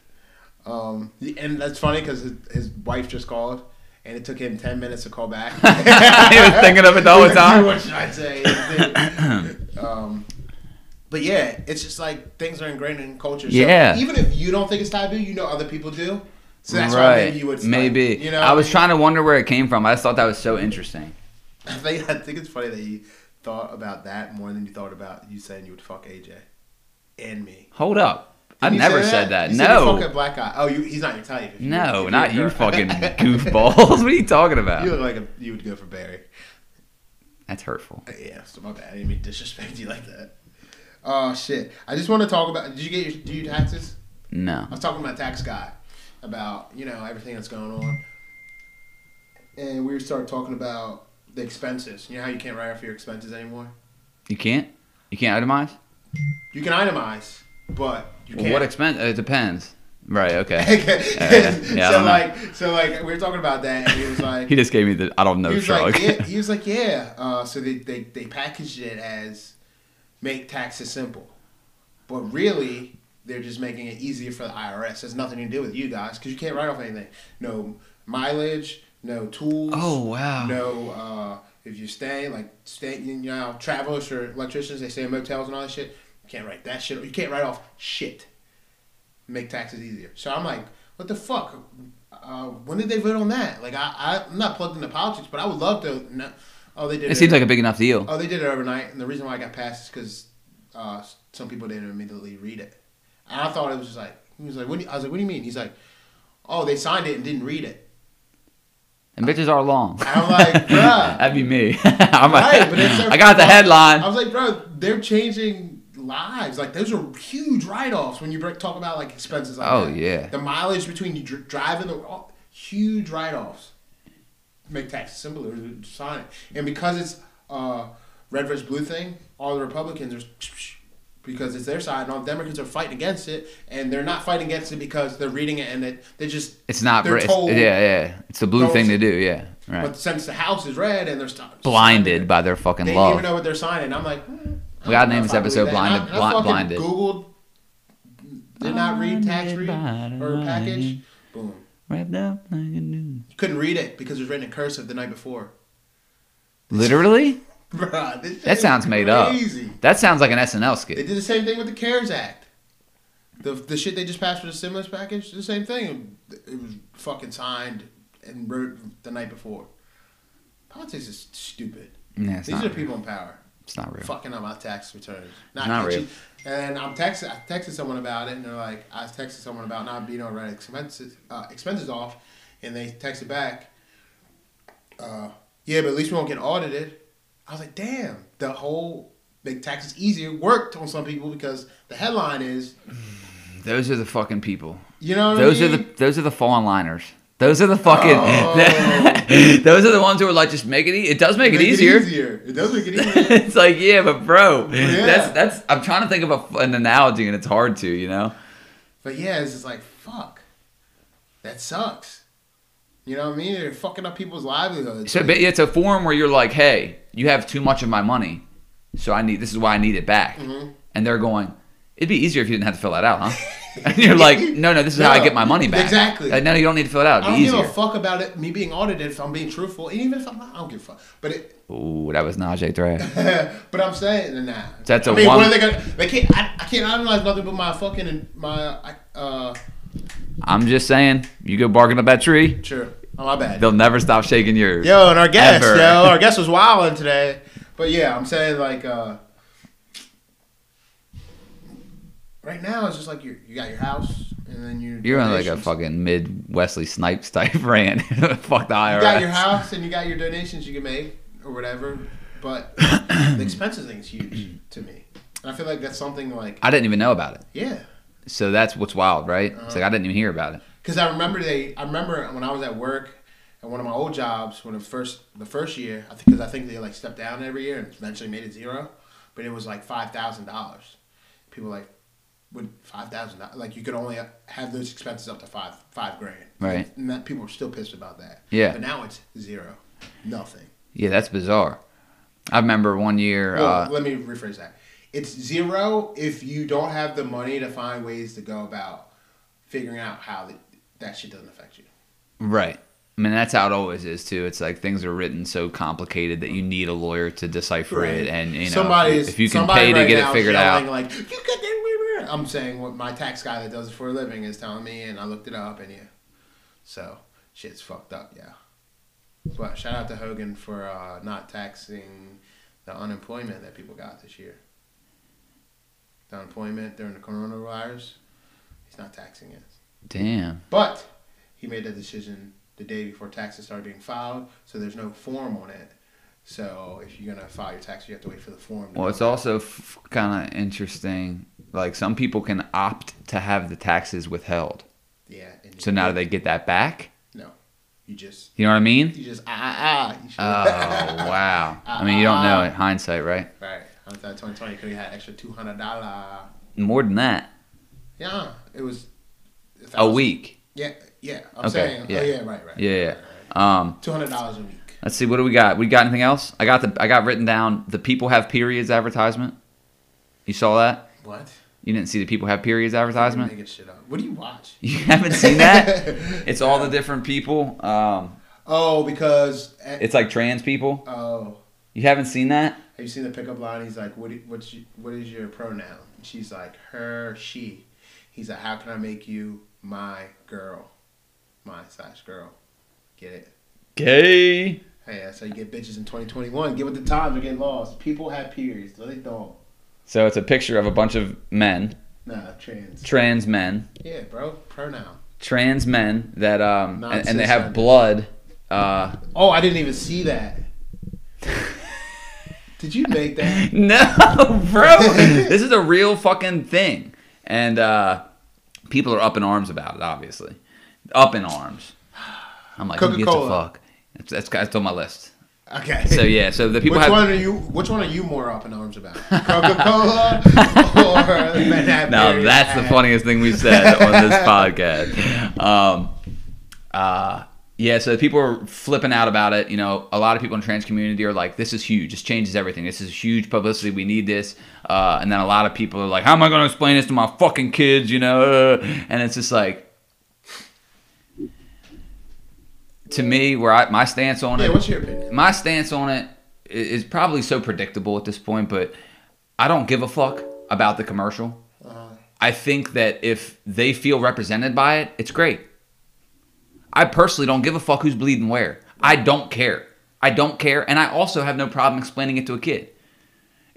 S2: Um, and that's funny because his, his wife just called, and it took him ten minutes to call back.
S1: he was thinking of it the whole time.
S2: what should I say? um, but yeah, it's just like things are ingrained in culture. So
S1: Yeah.
S2: Even if you don't think it's taboo, you know other people do. So that's why maybe you would. like,
S1: Maybe.
S2: you know,
S1: I was
S2: trying.
S1: trying to wonder where it came from. I just thought that was so interesting.
S2: I think I think it's funny that you thought about that more than you thought about you saying you would fuck AJ and me.
S1: Hold up. I've
S2: You
S1: never said that.
S2: You Said you fuck
S1: no.
S2: a black guy. Oh, you, he's not your type. If you- if
S1: No,
S2: you're
S1: not
S2: a
S1: you
S2: girl.
S1: fucking goofballs. what are you talking
S2: You
S1: about?
S2: look like a, you would go for Barry.
S1: That's hurtful.
S2: Yeah, so my bad. I didn't mean to disrespect you like that. Oh shit! I just want to talk about. Did you get your do your taxes?
S1: No.
S2: I was talking to my tax guy about you know everything that's going on, and we started talking about the expenses. You know how you can't write off your expenses anymore.
S1: You can't? You can't itemize?
S2: You can itemize, but you can't.
S1: Well, what expense? It depends. Right, okay.
S2: Okay.
S1: Uh, yeah, I
S2: so
S1: don't know.
S2: like, so like, we were talking about that, and he was like,
S1: he just gave me the I don't
S2: he
S1: know
S2: was
S1: shrug.
S2: like, yeah, he was like, yeah. Uh, so they, they they packaged it as make taxes simple, but really they're just making it easier for the IRS. It has nothing to do with you guys because you can't write off anything. No mileage, no tools.
S1: Oh, wow.
S2: No, uh, if you stay like stay, you know, travelers or electricians, they stay in motels and all that shit. You can't write that shit. You can't write off shit. Make taxes easier. So I'm like, what the fuck? Uh, when did they vote on that? Like, I, I I'm not plugged into politics, but I would love to. know. Oh, they did.
S1: It seems like a big enough deal.
S2: Oh, they did it overnight, and the reason why I got passed is because uh, some people didn't immediately read it. And I thought it was just like he was like, what do you, I was like, what do you mean? He's like, oh, they signed it and didn't read it.
S1: And bitches are long.
S2: I'm like, bruh.
S1: That'd be me. I'm like,
S2: Right, but it's so-
S1: I got the headline.
S2: I was like, bro, they're changing lives. Like those are huge write-offs when you break, talk about like expenses. Like
S1: Oh,
S2: that.
S1: yeah.
S2: the mileage between you dr- driving the all- huge write-offs. Make taxes simple or sign it, and because it's uh, red versus blue thing, all the Republicans are. Because it's their side, and all the Democrats are fighting against it, and they're not fighting against it because they're reading it and it, they just
S1: It's not.
S2: they're
S1: Br- it's-
S2: told,
S1: yeah, yeah. It's the blue
S2: Don't-
S1: thing to do. Yeah, right.
S2: But since the house is red and they're st-
S1: Blinded by their fucking
S2: They didn't even
S1: love.
S2: know what they're signing. I'm like, mm,
S1: We gotta
S2: I don't
S1: name
S2: know
S1: this
S2: if I
S1: episode
S2: believe
S1: Blinded-
S2: that. And I, and I
S1: Blinded.
S2: fucking Googled, did not read tax read
S1: Blinded by
S2: or
S1: the
S2: package.
S1: light.
S2: Boom.
S1: Wrapped up like a noon.
S2: Couldn't read it because it was written in cursive the night before.
S1: Literally,
S2: Bruh, this shit
S1: that
S2: is
S1: sounds made up.
S2: Crazy.
S1: That sounds like an SNL
S2: They
S1: skit.
S2: did the same thing with the CARES Act. The, the shit they just passed for the stimulus package, the same thing. It was fucking signed and wrote the night before. Politics is stupid.
S1: Yeah, it's
S2: These
S1: not.
S2: are the people in power.
S1: It's not real.
S2: fucking up my tax returns.
S1: Not real.
S2: catching- And I'm texting. I texted someone about it, and they're like, I texted someone about not being able to write expenses uh, expenses off, and they texted back, uh, yeah, but at least we won't get audited. I was like, damn, the whole make taxes easier worked on some people because the headline is,
S1: Those are the fucking people.
S2: you know, what I
S1: Those are the
S2: mean?
S1: those are the fallen liners. Those are the fucking. those are the ones who are like, just make it. E- it does make, it
S2: Oh. Make
S1: easier.
S2: easier. It does make it easier.
S1: it's like, yeah, but bro,
S2: Yeah.
S1: that's that's. I'm trying to think of a f an analogy, and it's hard to, you know.
S2: But yeah, it's just like fuck. That sucks. You know what I mean? They're fucking up people's livelihoods.
S1: So
S2: Like,
S1: ba- it's a forum where you're like, hey, you have too much of my money, so I need. This is why I need it back.
S2: Mhm.
S1: And they're going, it'd be easier if you didn't have to fill that out, huh? and you're like, no, no, this is how I
S2: No,
S1: get my money back.
S2: exactly.
S1: Like, no, you don't need to fill it out. It'd
S2: I don't
S1: be
S2: give a
S1: easier.
S2: fuck about it. Me being audited, if I'm being truthful, and even if I'm not, I don't give a fuck. But it,
S1: Ooh, that was Najee Thread.
S2: but I'm saying nah.
S1: That's
S2: I
S1: a
S2: mean,
S1: one-
S2: what are they gonna? They can't. I, I can't analyze nothing but my fucking my uh.
S1: I'm just saying, you go barking up that tree,
S2: Sure. Oh my bad.
S1: they'll never stop shaking yours.
S2: Yo, and our guest,
S1: Ever.
S2: yo, our guest was wilding today. But yeah, I'm saying like uh right now it's just like you you got your house and then you
S1: You're on like a
S2: donations.
S1: fucking mid Wesley Snipes type rant. Fuck the IRS.
S2: You got your house and you got your donations you can make or whatever, but the expenses thing's huge to me. And I feel like that's something like
S1: I didn't even know about it.
S2: yeah,
S1: So that's what's wild, right? It's
S2: Uh-huh.
S1: like I didn't even hear about it.
S2: because I remember they. I remember when I was at work at one of my old jobs when the first the first year. I think because I think they like stepped down every year and eventually made it zero, but it was like five thousand dollars. People like would five thousand dollars like you could only have those expenses up to five five grand.
S1: Right.
S2: And that people were still pissed about that.
S1: Yeah.
S2: But now it's zero, nothing.
S1: Yeah, that's bizarre. I remember one year.
S2: Well,
S1: uh,
S2: let me rephrase that. It's zero if you don't have the money to find ways to go about figuring out how that, that shit doesn't affect you.
S1: right. I mean, that's how it always is too. It's like things are written so complicated that you need a lawyer to decipher it, and you know,
S2: somebody
S1: if,
S2: is,
S1: if you can
S2: somebody
S1: pay to
S2: right
S1: get
S2: now
S1: it
S2: is
S1: figured out.
S2: yelling Like you got that. I'm saying what my tax guy that does it for a living is telling me, and I looked it up, and yeah, so shit's fucked up, yeah. But shout out to Hogan for uh, not taxing the unemployment that people got this year. The unemployment during the coronavirus, he's not taxing it.
S1: Damn.
S2: But he made that decision the day before taxes started being filed, so there's no form on it. So if you're gonna file your taxes, you have to wait for the form. to
S1: Well,
S2: go
S1: it's
S2: back.
S1: also f- kind of interesting. Like some people can opt to have the taxes withheld.
S2: yeah. And
S1: So
S2: you-
S1: now do they get that back?
S2: you just
S1: You know what I mean?
S2: you just ah ah ah. You should-
S1: Oh wow. I mean, you don't know in hindsight, right?
S2: right. I thought 2020 could have had extra two hundred dollar.
S1: More than that,
S2: Yeah, it was. if that
S1: a
S2: was-
S1: week.
S2: Yeah, yeah. I'm
S1: Okay,
S2: saying.
S1: yeah.
S2: Oh, yeah, right, right.
S1: Yeah, yeah. Um,
S2: Two hundred dollars a week.
S1: Let's see. What do we got? We got anything else? I got the. I got written down the people have periods advertisement. You saw that?
S2: What?
S1: You didn't see the people have periods
S2: You're
S1: advertisement?
S2: Making shit up. What do you watch?
S1: You haven't seen that? It's all the different people. Um,
S2: oh, because
S1: it's like trans people.
S2: oh.
S1: You haven't seen that?
S2: Have you seen the pickup line? He's like, "What? do- What's you, what is your pronoun?" She's like, "Her, she." He's like, "How can I make you my girl, my slash girl?" Get it?
S1: Gay.
S2: Hey, that's how you get bitches in 2021. Get with the times. We're getting lost. People have periods. No, they don't.
S1: So it's a picture of a bunch of men,
S2: Nah, trans.
S1: trans men,
S2: Yeah, bro. Pronoun.
S1: trans men that um, and, and they have
S2: Non-cisgender.
S1: blood Uh,
S2: Oh, I didn't even see that. Did you make that?
S1: No, bro. this is a real fucking thing. And uh, people are up in arms about it, obviously. Up in arms. I'm like, who gives a
S2: Coca-Cola.
S1: fuck? That's, that's, that's on my list.
S2: Okay.
S1: So, yeah, so the people
S2: which
S1: have.
S2: one are you? Which one are you more up in arms about? Coca Cola or Ben
S1: no, that's the funniest thing we said on this podcast. Um, uh, yeah, so people are flipping out about it. You know, a lot of people in trans community are like, "This is huge. This changes everything. This is huge publicity. We need this." Uh, and then a lot of people are like, "How am I going to explain this to my fucking kids?" You know, and it's just like. To me, where I, my stance on
S2: Yeah,
S1: it,
S2: what's your opinion?
S1: my stance on it i- is probably so predictable at this point, but I don't give a fuck about the commercial.
S2: Uh-huh.
S1: I think that if they feel represented by it, it's great. I personally don't give a fuck who's bleeding where. I don't care. I don't care, and I also have no problem explaining it to a kid.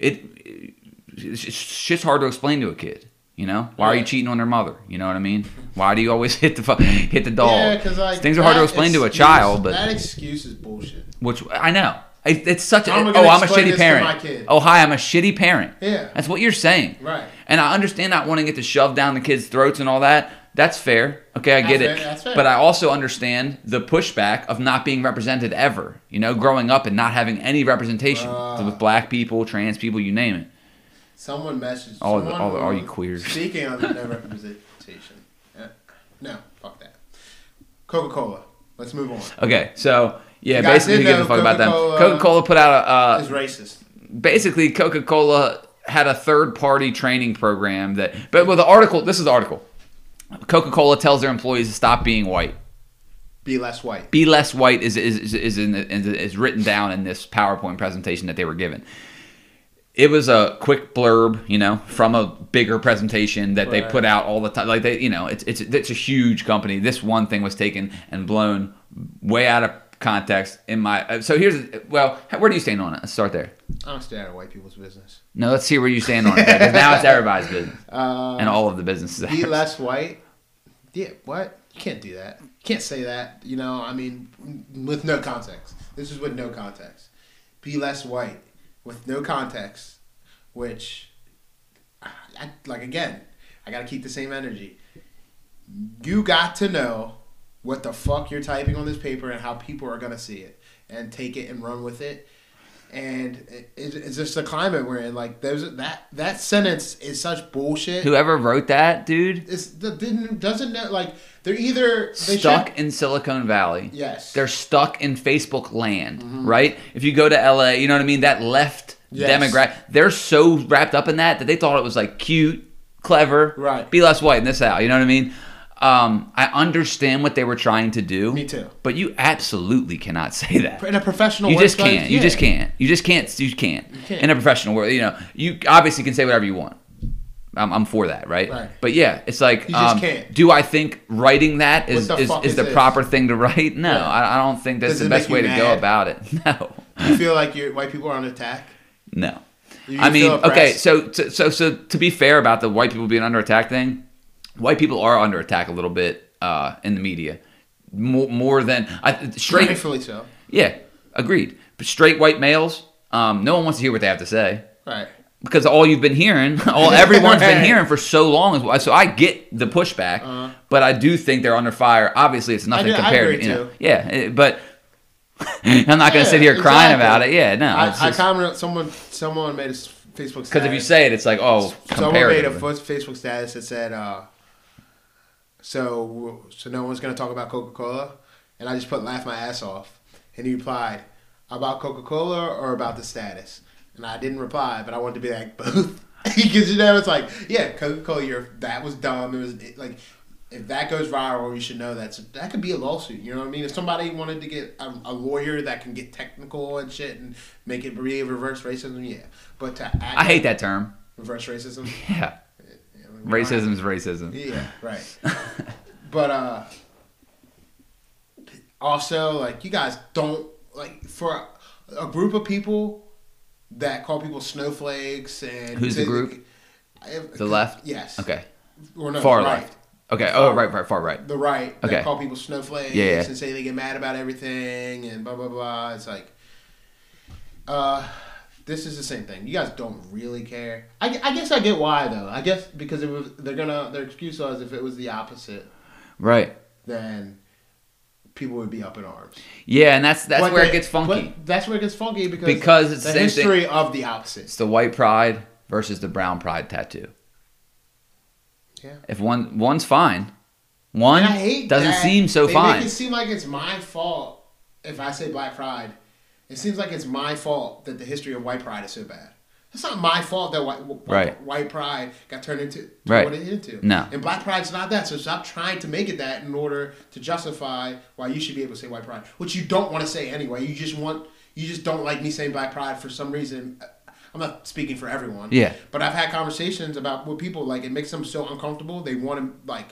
S1: It, it it's- shit's hard to explain to a kid. You know, why are you
S2: Yeah.
S1: cheating on their mother? You know what I mean? Why do you always hit the fu- hit the doll?
S2: Yeah, because like
S1: things are hard to
S2: that
S1: explain to a
S2: excuse-
S1: child, but
S2: that excuse is bullshit.
S1: which I know. It, it's such a
S2: How am I
S1: oh,
S2: gonna
S1: I'm a
S2: explain
S1: shitty
S2: this to
S1: parent.
S2: my kid?
S1: Oh, hi, I'm a shitty parent.
S2: Yeah.
S1: That's what you're saying.
S2: Right.
S1: And I understand not wanting it to shove down the kids' throats and all that. That's fair. Okay, I get
S2: That's
S1: it.
S2: fair, that's fair.
S1: But I also understand the pushback of not being represented ever. You know, growing up and not having any representation
S2: Ah.
S1: with black people, trans people, you name it.
S2: Someone messaged
S1: All the-
S2: someone,
S1: all the- all you queers.
S2: Speaking of no representation. Yeah. No, fuck that. Coca Cola. Let's move on.
S1: Okay, so yeah,
S2: You guys
S1: basically, who
S2: did
S1: gives a
S2: know
S1: fuck about them?
S2: Coca-Cola-
S1: Coca Cola put out a uh,
S2: It's racist.
S1: basically Coca Cola had a third party training program that, but with the article, this is the article. Coca Cola tells their employees to stop being white.
S2: Be less white.
S1: Be less white is is is is, in the, is, is written down in this PowerPoint presentation that they were given. It was a quick blurb, you know, from a bigger presentation that they
S2: Right.
S1: put out all the time. Like they, you know, it's it's it's a huge company. This one thing was taken and blown way out of context. In my so here's well, where do you stand on it? Let's start there.
S2: I don't stay out of white people's business.
S1: No, let's hear where you stand on it. Because now it's everybody's business.
S2: Uh,
S1: and all of the businesses.
S2: be less white. Yeah, what? You can't do that. You can't say that. You know, I mean, with no context. This is with no context. Be less white with no context, which, I, like, again, I gotta keep the same energy. You got to know what the fuck you're typing on this paper and how people are gonna see it and take it and run with it. And it, it- it's just the climate we're in. Like, there's that that sentence is such bullshit
S1: Whoever wrote that, dude,
S2: it's the didn't doesn't know like they're either they
S1: stuck
S2: Should,
S1: in Silicon Valley.
S2: yes. Mm-hmm.
S1: They're stuck in Facebook land, right? If you go to LA, you know what I mean? That left
S2: Yes.
S1: demographic, they're so wrapped up in that that they thought it was like cute, clever,
S2: Right.
S1: be less white and this out, you know what I mean? Um, I understand what they were trying to do.
S2: Me too.
S1: But you absolutely cannot say that.
S2: in a professional.
S1: you just
S2: workplace,
S1: can't. You
S2: yeah.
S1: just can't. You just can't. You can't.
S2: can't.
S1: In a professional world, you know, you obviously can say whatever you want. I'm, I'm for that, right?
S2: Right.
S1: But yeah, it's like,
S2: You just
S1: um,
S2: can't.
S1: do I think writing that is
S2: the
S1: is,
S2: fuck
S1: is
S2: is
S1: the
S2: this?
S1: proper thing to write? No,
S2: Yeah.
S1: I, I don't think that's
S2: Does
S1: the
S2: it
S1: best
S2: make
S1: way
S2: you
S1: to go
S2: mad?
S1: about it. No,
S2: You feel like your white people are on attack.
S1: no.
S2: You
S1: I mean,
S2: feel
S1: okay,
S2: oppressed.
S1: so, so so so to be fair about the white people being under attack thing, white people are under attack a little bit uh, in the media, more, more than I, straight
S2: Rightfully so.
S1: yeah, agreed. But straight white males, um, no one wants to hear what they have to say
S2: Right.
S1: because all you've been hearing, all everyone's been
S2: Right.
S1: hearing for so long. Is why, so I get the pushback,
S2: Uh-huh.
S1: but I do think they're under fire. Obviously, it's nothing
S2: do- I
S1: compared.
S2: agree
S1: to, you know,
S2: too.
S1: yeah, it- but I'm not gonna sit
S2: Yeah,
S1: here crying about
S2: exactly.
S1: it. Yeah, no,
S2: I,
S1: because
S2: I commented. Someone someone made a s- Facebook status.
S1: if you say it, it's like oh,
S2: someone made a
S1: comparatively.
S2: fo- Facebook status that said, uh, "So so no one's gonna talk about Coca Cola," and I just put "laugh my ass off," and he replied, "About Coca Cola or about the status?" And I didn't reply, but I wanted to be like both because you know it's like yeah, Coca Cola, you're that was dumb. It was it, like. If that goes viral, you should know that's that could be a lawsuit. You know what I mean? If somebody wanted to get a, a lawyer that can get technical and shit and make it be reverse racism, yeah. But to act
S1: I hate that term.
S2: reverse racism,
S1: Yeah, racism is racism.
S2: yeah, right. but uh also like you guys don't like for a, a group of people that call people snowflakes and
S1: Who's the group?
S2: I-
S1: The left?
S2: Yes.
S1: Okay,
S2: Or no,
S1: Far
S2: right.
S1: left. Okay. Oh, right, right, far right.
S2: the right that
S1: Okay.
S2: call people snowflakes
S1: Yeah, yeah.
S2: and say they get mad about everything and blah blah blah. It's like, uh, this is the same thing. You guys don't really care. I, gu- I guess I get why though. I guess because it was they're gonna their excuse was if it was the opposite,
S1: Right.
S2: then people would be up in arms.
S1: Yeah, and that's that's
S2: But
S1: where
S2: they-
S1: it gets funky.
S2: but that's where it gets funky because
S1: Because it's
S2: the
S1: the same thing.
S2: history of the opposite.
S1: It's the white pride versus the brown pride tattoo.
S2: Yeah.
S1: If one one's fine, one
S2: And I hate
S1: doesn't
S2: that
S1: seem so
S2: they
S1: fine.
S2: Make it seem like it's my fault if I say Black Pride. It seems like it's my fault that the history of White Pride is so bad. It's not my fault that white, white,
S1: Right.
S2: white Pride got turned into to
S1: Right.
S2: what it into.
S1: No.
S2: and Black Pride's not that. So stop trying to make it that in order to justify why you should be able to say White Pride, which you don't want to say anyway. You just want you just don't like me saying Black Pride for some reason. I'm not speaking for everyone.
S1: Yeah.
S2: But I've had conversations about with people like it makes them so uncomfortable. They want to like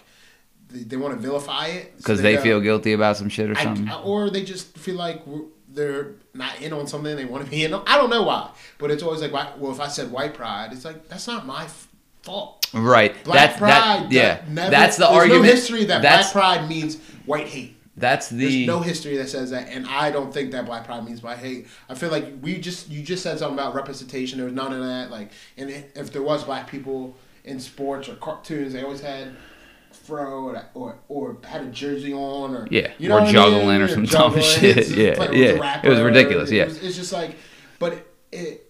S2: they, they want to vilify it so
S1: because they,
S2: go,
S1: feel guilty about some shit or
S2: I-
S1: something.
S2: I- or they just feel like we're, they're not in on something they want to be in. on. I don't know why, but it's always like, why, well, if I said white pride, it's like that's not my f- fault.
S1: right.
S2: Black
S1: that's
S2: pride,
S1: that. Yeah.
S2: that never-
S1: that's the
S2: there's
S1: argument.
S2: No history that
S1: that's
S2: black pride means white hate.
S1: that's the
S2: There's no history that says that, and I don't think that black pride means black hate. I feel like we just you just said something about representation. There was none of that. Like, and i- if there was black people in sports or cartoons, they always had fro or or, or had a jersey on or
S1: Yeah, or juggling or some dumb
S2: juggling.
S1: shit.
S2: It's just
S1: Yeah,
S2: like,
S1: yeah.
S2: a
S1: It
S2: rapper.
S1: was ridiculous, yeah.
S2: It was- it's just like, but it. it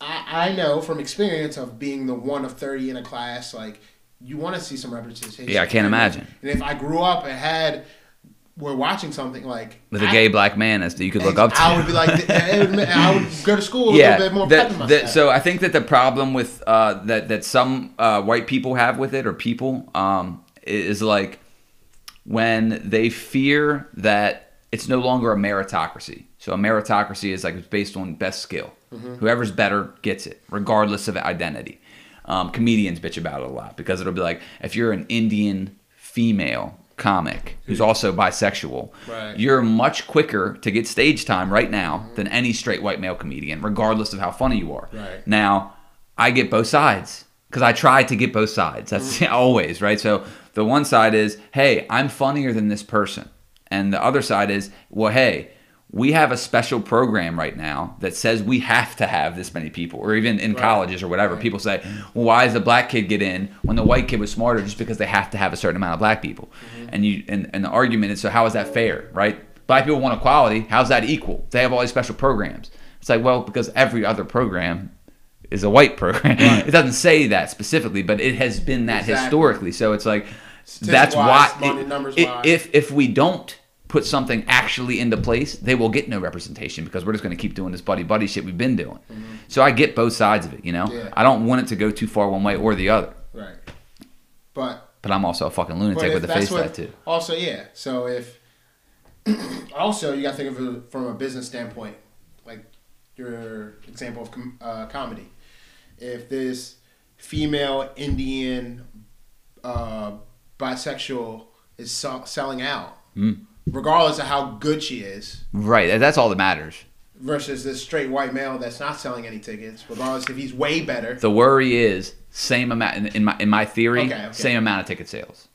S2: I, I know from experience of being the one of 30 in a class, like, you want to see some representation.
S1: Yeah, I can't imagine.
S2: And if I grew up and had, we're watching something like.
S1: with a
S2: I-
S1: gay black man as that you could look up to.
S2: I would be like, I would, I would go to school a little bit more
S1: the-
S2: proud of
S1: the-
S2: myself.
S1: so I think that the problem with uh, that that some uh, white people have with it or people um, is like when they fear that it's no longer a meritocracy. So a meritocracy is like it's based on best skill.
S2: Mm-hmm.
S1: Whoever's better gets it, regardless of identity. Um, comedians bitch about it a lot because it'll be like if you're an Indian female comic who's also bisexual,
S2: Hmm. Right.
S1: you're much quicker to get stage time right now than any straight white male comedian, regardless of how funny you are.
S2: Right.
S1: Now, I get both sides because I try to get both sides. That's always right. So the one side is, hey, I'm funnier than this person, and the other side is, well, hey. We have a special program right now that says we have to have this many people, or even in colleges or whatever. People say, well, "Why does the black kid get in when the white kid was smarter?" Just because they have to have a certain amount of black people, and you and, and the argument is, so how is that fair, right? Black people want equality. How's that equal? They have all these special programs. It's like, well, because every other program is a white program. It doesn't say that specifically, but it has been that
S2: Exactly.
S1: historically. So it's like that's why
S2: Statistic-wise, money, numbers
S1: i-
S2: wise.
S1: if if we don't put something actually into place, they will get no representation because we're just going to keep doing this buddy buddy shit we've been doing. So I get both sides of it, you know.
S2: Mm-hmm. Yeah.
S1: I don't want it to go too far one way or the other,
S2: right. But
S1: but I'm also a fucking
S2: But
S1: lunatic
S2: if
S1: with a
S2: that's
S1: face
S2: what-
S1: tattoo.
S2: Also, yeah. So if also you got to think of it from a business standpoint, like your example of com- uh, comedy. If this female Indian uh, bisexual is sell- selling out,
S1: Mm.
S2: regardless of how good she is,
S1: Right, that- that's all that matters.
S2: versus this straight white male that's not selling any tickets, regardless if he's way better.
S1: The worry is same amount in, in my in my theory,
S2: Okay, okay.
S1: same amount of ticket sales.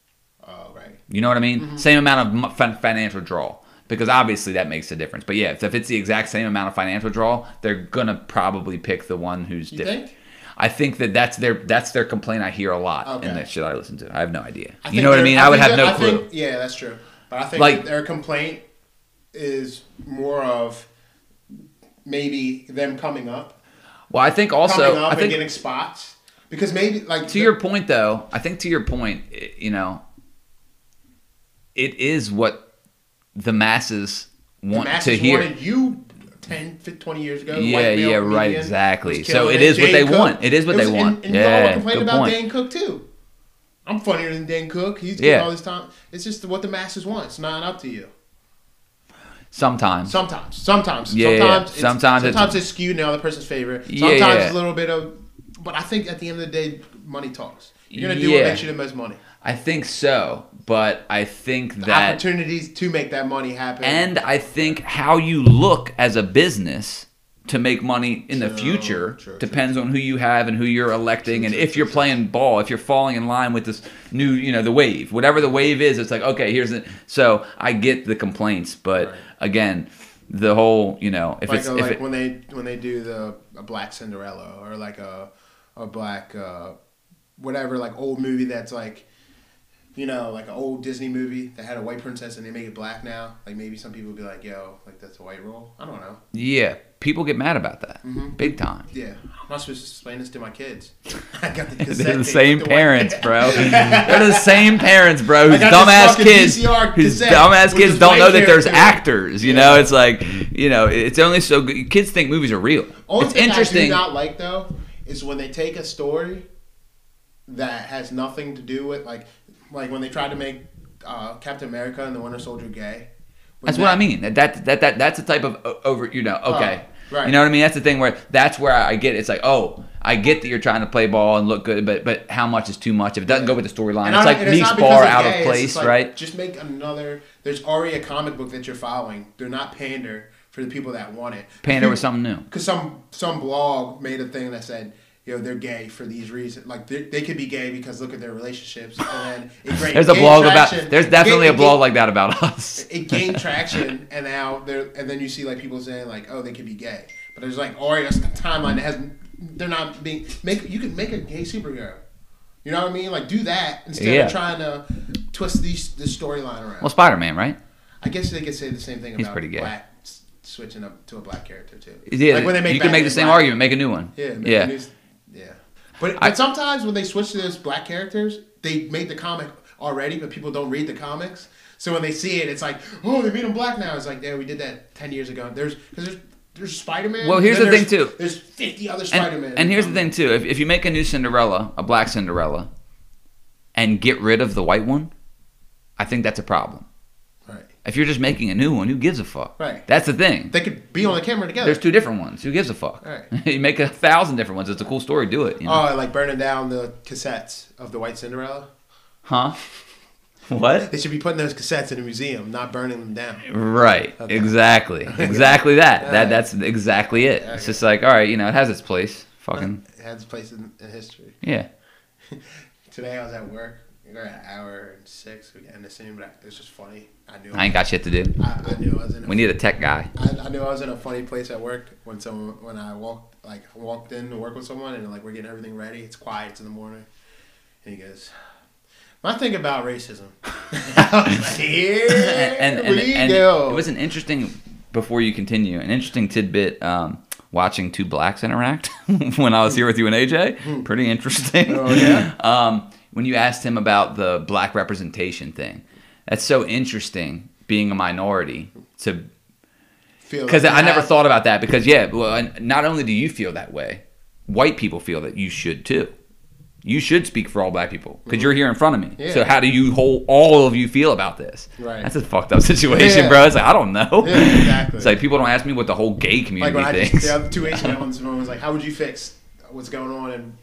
S2: Oh, right.
S1: You know what I mean?
S2: Mm-hmm.
S1: Same amount of mo- fin- financial draw because obviously that makes a difference. But yeah, if, if it's the exact same amount of financial draw, they're gonna probably pick the one who's
S2: You
S1: different.
S2: think?
S1: I think that that's their that's their complaint. I hear a lot
S2: Okay.
S1: in the shit I listen to. I have no idea.
S2: I
S1: you
S2: think
S1: know what I
S2: their-
S1: mean? I, would
S2: think
S1: have
S2: their-
S1: no
S2: I
S1: clue.
S2: think- yeah, that's true. But I think
S1: Like-
S2: that their complaint is more of maybe them coming up,
S1: well, I think also
S2: coming up
S1: I
S2: and
S1: think
S2: getting spots because maybe like
S1: to your point though i think to your point i- you know it is what the masses
S2: the
S1: want
S2: masses
S1: to hear
S2: wanted you 10, 15, 20 years ago.
S1: Yeah,
S2: white male
S1: yeah, right,
S2: comedian
S1: exactly.
S2: was
S1: So
S2: killing
S1: it is what
S2: Dane
S1: they
S2: Cook.
S1: want. It is what they want.
S2: And, and y'all
S1: Yeah,
S2: were complaining
S1: good
S2: about
S1: point.
S2: Dan Cook too. I'm funnier than Dan Cook. He's getting
S1: Yeah.
S2: all this time. It's just what the masses want. It's not up to you.
S1: sometimes
S2: Sometimes, sometimes,
S1: Yeah, yeah, yeah.
S2: sometimes, it's,
S1: Sometimes
S2: sometimes,
S1: it's-
S2: sometimes it's skewed in the other person's favor. Sometimes
S1: Yeah, yeah.
S2: it's a little bit of, but I think at the end of the day, money talks. You're gonna do
S1: Yeah.
S2: what makes you the most money.
S1: i think so but i think
S2: The
S1: that
S2: opportunities to make that money happen.
S1: and i think how you look as a business to make money in the
S2: True,
S1: future
S2: true, true.
S1: depends on who you have and who you're electing and if you're playing ball if you're falling in line with this new you know the wave whatever the wave is it's like okay here's it so i get the complaints but
S2: Right.
S1: again the whole you know if
S2: like
S1: it's
S2: uh,
S1: if
S2: like
S1: it,
S2: when they when they do the a black Cinderella or like a a black uh, whatever like old movie that's like you know like an old Disney movie that had a white princess and they make it black now. Like maybe some people would be like, yo, like that's a white role. I don't know.
S1: yeah people get mad about that
S2: Mm-hmm.
S1: big time
S2: Yeah, I'm not supposed to explain this to my kids. I got the cassette
S1: They're the
S2: tape
S1: same
S2: with the white-
S1: parents, bro. They're the same parents, bro. Whose
S2: I got this
S1: dumbass
S2: fucking
S1: kids,
S2: VCR
S1: whose
S2: cassette
S1: dumbass
S2: with
S1: kids
S2: this
S1: don't
S2: white
S1: know that there's
S2: character.
S1: actors. You know, it's like, you know, it's only so good. kids think movies are real.
S2: Only
S1: it's
S2: thing I do
S1: interesting.
S2: not like though is when they take a story that has nothing to do with like like when they tried to make uh, Captain America and the Winter Soldier gay. When
S1: That's
S2: that-
S1: what I mean. That that that, that that's a type of o- over. You know, okay.
S2: Oh, right.
S1: You know what I mean? That's the thing where that's where I get. It. It's like, oh, I get that you're trying to play ball and look good, but but how much is too much? If it doesn't go with the storyline,
S2: And
S1: it's
S2: I don't-
S1: like
S2: and it's
S1: Meeks
S2: not because
S1: Bar
S2: it's
S1: out
S2: gay,
S1: of
S2: it's just
S1: place,
S2: like,
S1: right?
S2: Just make another. There's already a comic book that you're following. They're not pander for the people that want it.
S1: Pander with something new.
S2: Because some some blog made a thing that said, you know, they're gay for these reasons. Like they, they could be gay because look at their relationships. And then it gained-
S1: There's a
S2: gained
S1: blog
S2: traction.
S1: about. There's
S2: It
S1: definitely a
S2: gained- it
S1: blog
S2: gained-
S1: like that about us.
S2: it gained traction, and now they're and then you see like people saying like, oh, they could be gay, but there's like already a timeline that has they're not being make you could make a gay superhero. You know what I mean? Like do that instead
S1: Yeah.
S2: of trying to twist these this storyline around.
S1: Well, Spider Man, right?
S2: I guess they could say the same thing
S1: He's
S2: about
S1: pretty gay.
S2: black s- switching up to a black character too.
S1: Yeah,
S2: Like, when they make
S1: you can make the
S2: Batman
S1: same
S2: black.
S1: argument, make a new one.
S2: Yeah, make
S1: yeah.
S2: the news- yeah. But, but
S1: I-
S2: sometimes when they switch to those black characters, they made the comic already, but people don't read the comics. So when they see it, it's like, oh, they made him black now. It's like, yeah, we did that ten years ago. There's because there's there's Spider Man.
S1: Well, here's the thing, too.
S2: There's fifty other
S1: And-
S2: Spider Man.
S1: And, here's the thing too: if, if you make a new Cinderella, a black Cinderella, and get rid of the white one, I think that's a problem.
S2: Right.
S1: If you're just making a new one, who gives a fuck?
S2: Right.
S1: That's the thing.
S2: They could be on the camera together.
S1: There's two different ones. Who gives a fuck?
S2: Right.
S1: you make a thousand different ones. It's a cool story. Do it. You know?
S2: Oh, like burning down the cassettes of the White Cinderella.
S1: huh? What?
S2: They should be putting those cassettes in a museum, not burning them down.
S1: Right.
S2: Okay.
S1: Exactly. Exactly that. That
S2: Alright.
S1: that's exactly it. It's just like all right, you know, it has its place. Fucking
S2: It has a place in, in history.
S1: yeah.
S2: Today I was at work. We were at an hour and six. We ended soon, but I, it's just funny. I knew.
S1: I ain't got shit to do.
S2: I, I knew I was in. A,
S1: We need a tech guy.
S2: I, I knew I was in a funny place at work when someone when I walked like walked in to work with someone and like we're getting everything ready. It's quiet. It's in the morning, and he goes. My thing about racism. I was like, Here
S1: and, and,
S2: we
S1: and
S2: go.
S1: it was an interesting before you continue an interesting tidbit um, watching two blacks interact when i was here with you and aj pretty interesting
S2: Oh, yeah?
S1: um, when you asked him about the black representation thing that's so interesting being a minority to
S2: Feel
S1: because
S2: like
S1: i
S2: you
S1: never
S2: have-
S1: thought about that because yeah well, and not only do you feel that way white people feel that you should too you should speak for all black people because you're here in front of me.
S2: Mm-hmm. Yeah.
S1: So how do you whole all of you feel about this?
S2: Right.
S1: That's a fucked up situation,
S2: Yeah.
S1: bro. It's like I don't know.
S2: Yeah, exactly.
S1: It's like people don't ask me what the whole gay
S2: Like
S1: community
S2: when I
S1: thinks.
S2: the other two Asian ones, someone was like, "How would you fix what's going on in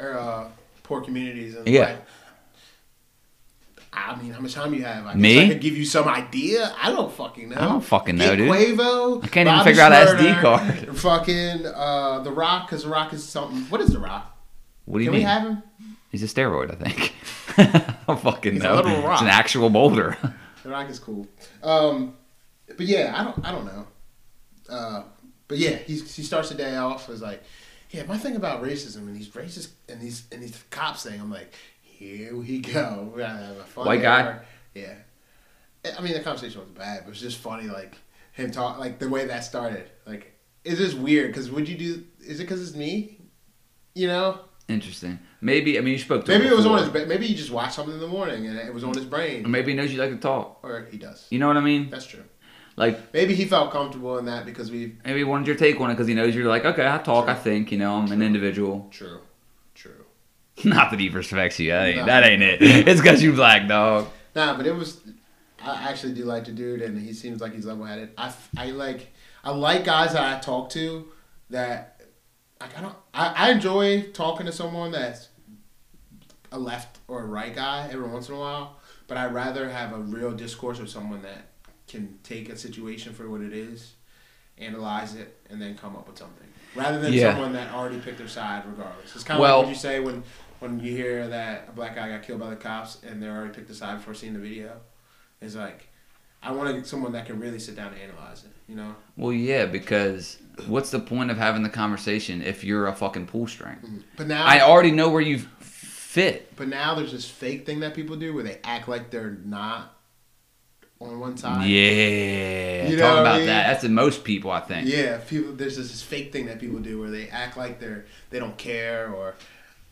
S2: uh, uh, poor communities?" And
S1: Yeah.
S2: like, I mean, how much time you have? I guess
S1: Me?
S2: I could give you some idea. I don't fucking know. I
S1: don't fucking know, dude.
S2: Quavo.
S1: I can't even figure out a SD card.
S2: Fucking uh, the Rock, because the Rock is something. What is the Rock?
S1: what do you
S2: Can
S1: mean?
S2: we have him?
S1: He's a steroid, I think. I don't fucking
S2: He's a
S1: know.
S2: little
S1: It's
S2: rock.
S1: an actual boulder.
S2: The Rock is cool. Um, but yeah, I don't, I don't know. Uh, but yeah, he's, he starts the day off as like, yeah, my thing about racism and these racist and these and these cops thing, I'm like, here we go. We're gonna have a fun
S1: White guy?
S2: hour. Yeah. I mean, the conversation wasn't bad, but it was just funny, like him talk, like the way that started. Like, it's just weird because would you do? Is it because it's me? You know,
S1: Interesting. Maybe I mean you spoke to. him
S2: maybe it was on
S1: before.
S2: his. ba- Maybe he just watched something in the morning and it was on his brain,
S1: Maybe he knows you like to talk.
S2: or he does.
S1: You know what I mean?
S2: That's true.
S1: Like
S2: Maybe he felt comfortable in that because we.
S1: maybe he wanted your take on it because he knows you're like okay, I talk, I think. You know, I'm an individual.
S2: True. True.
S1: Not that he respects you. That ain't,
S2: No.
S1: that ain't it. It's because you black, dog.
S2: Nah, but it was. I actually do like the dude, and he seems like he's level-headed. I, f- I like I like guys that I talk to that like I don't I, I enjoy talking to someone that's a left or a right guy every once in a while, but I'd rather have a real discourse with someone that can take a situation for what it is analyze it, and then come up with something rather than
S1: Yeah.
S2: someone that already picked their side regardless. It's kind of
S1: Well-
S2: like what you say when when you hear that a black guy got killed by the cops and they already picked a side before seeing the video. It's like I wanted someone that can really sit down and analyze it. You know?
S1: Well, yeah, because what's the point of having the conversation if you're a fucking pull string?
S2: But now
S1: I already know where you fit.
S2: But now there's this fake thing that people do where they act like they're not on one side.
S1: Yeah,
S2: You know
S1: talk
S2: what I
S1: about
S2: mean?
S1: that. That's in most people, I think.
S2: Yeah, people. There's this, this fake thing that people do where they act like they're they don't care or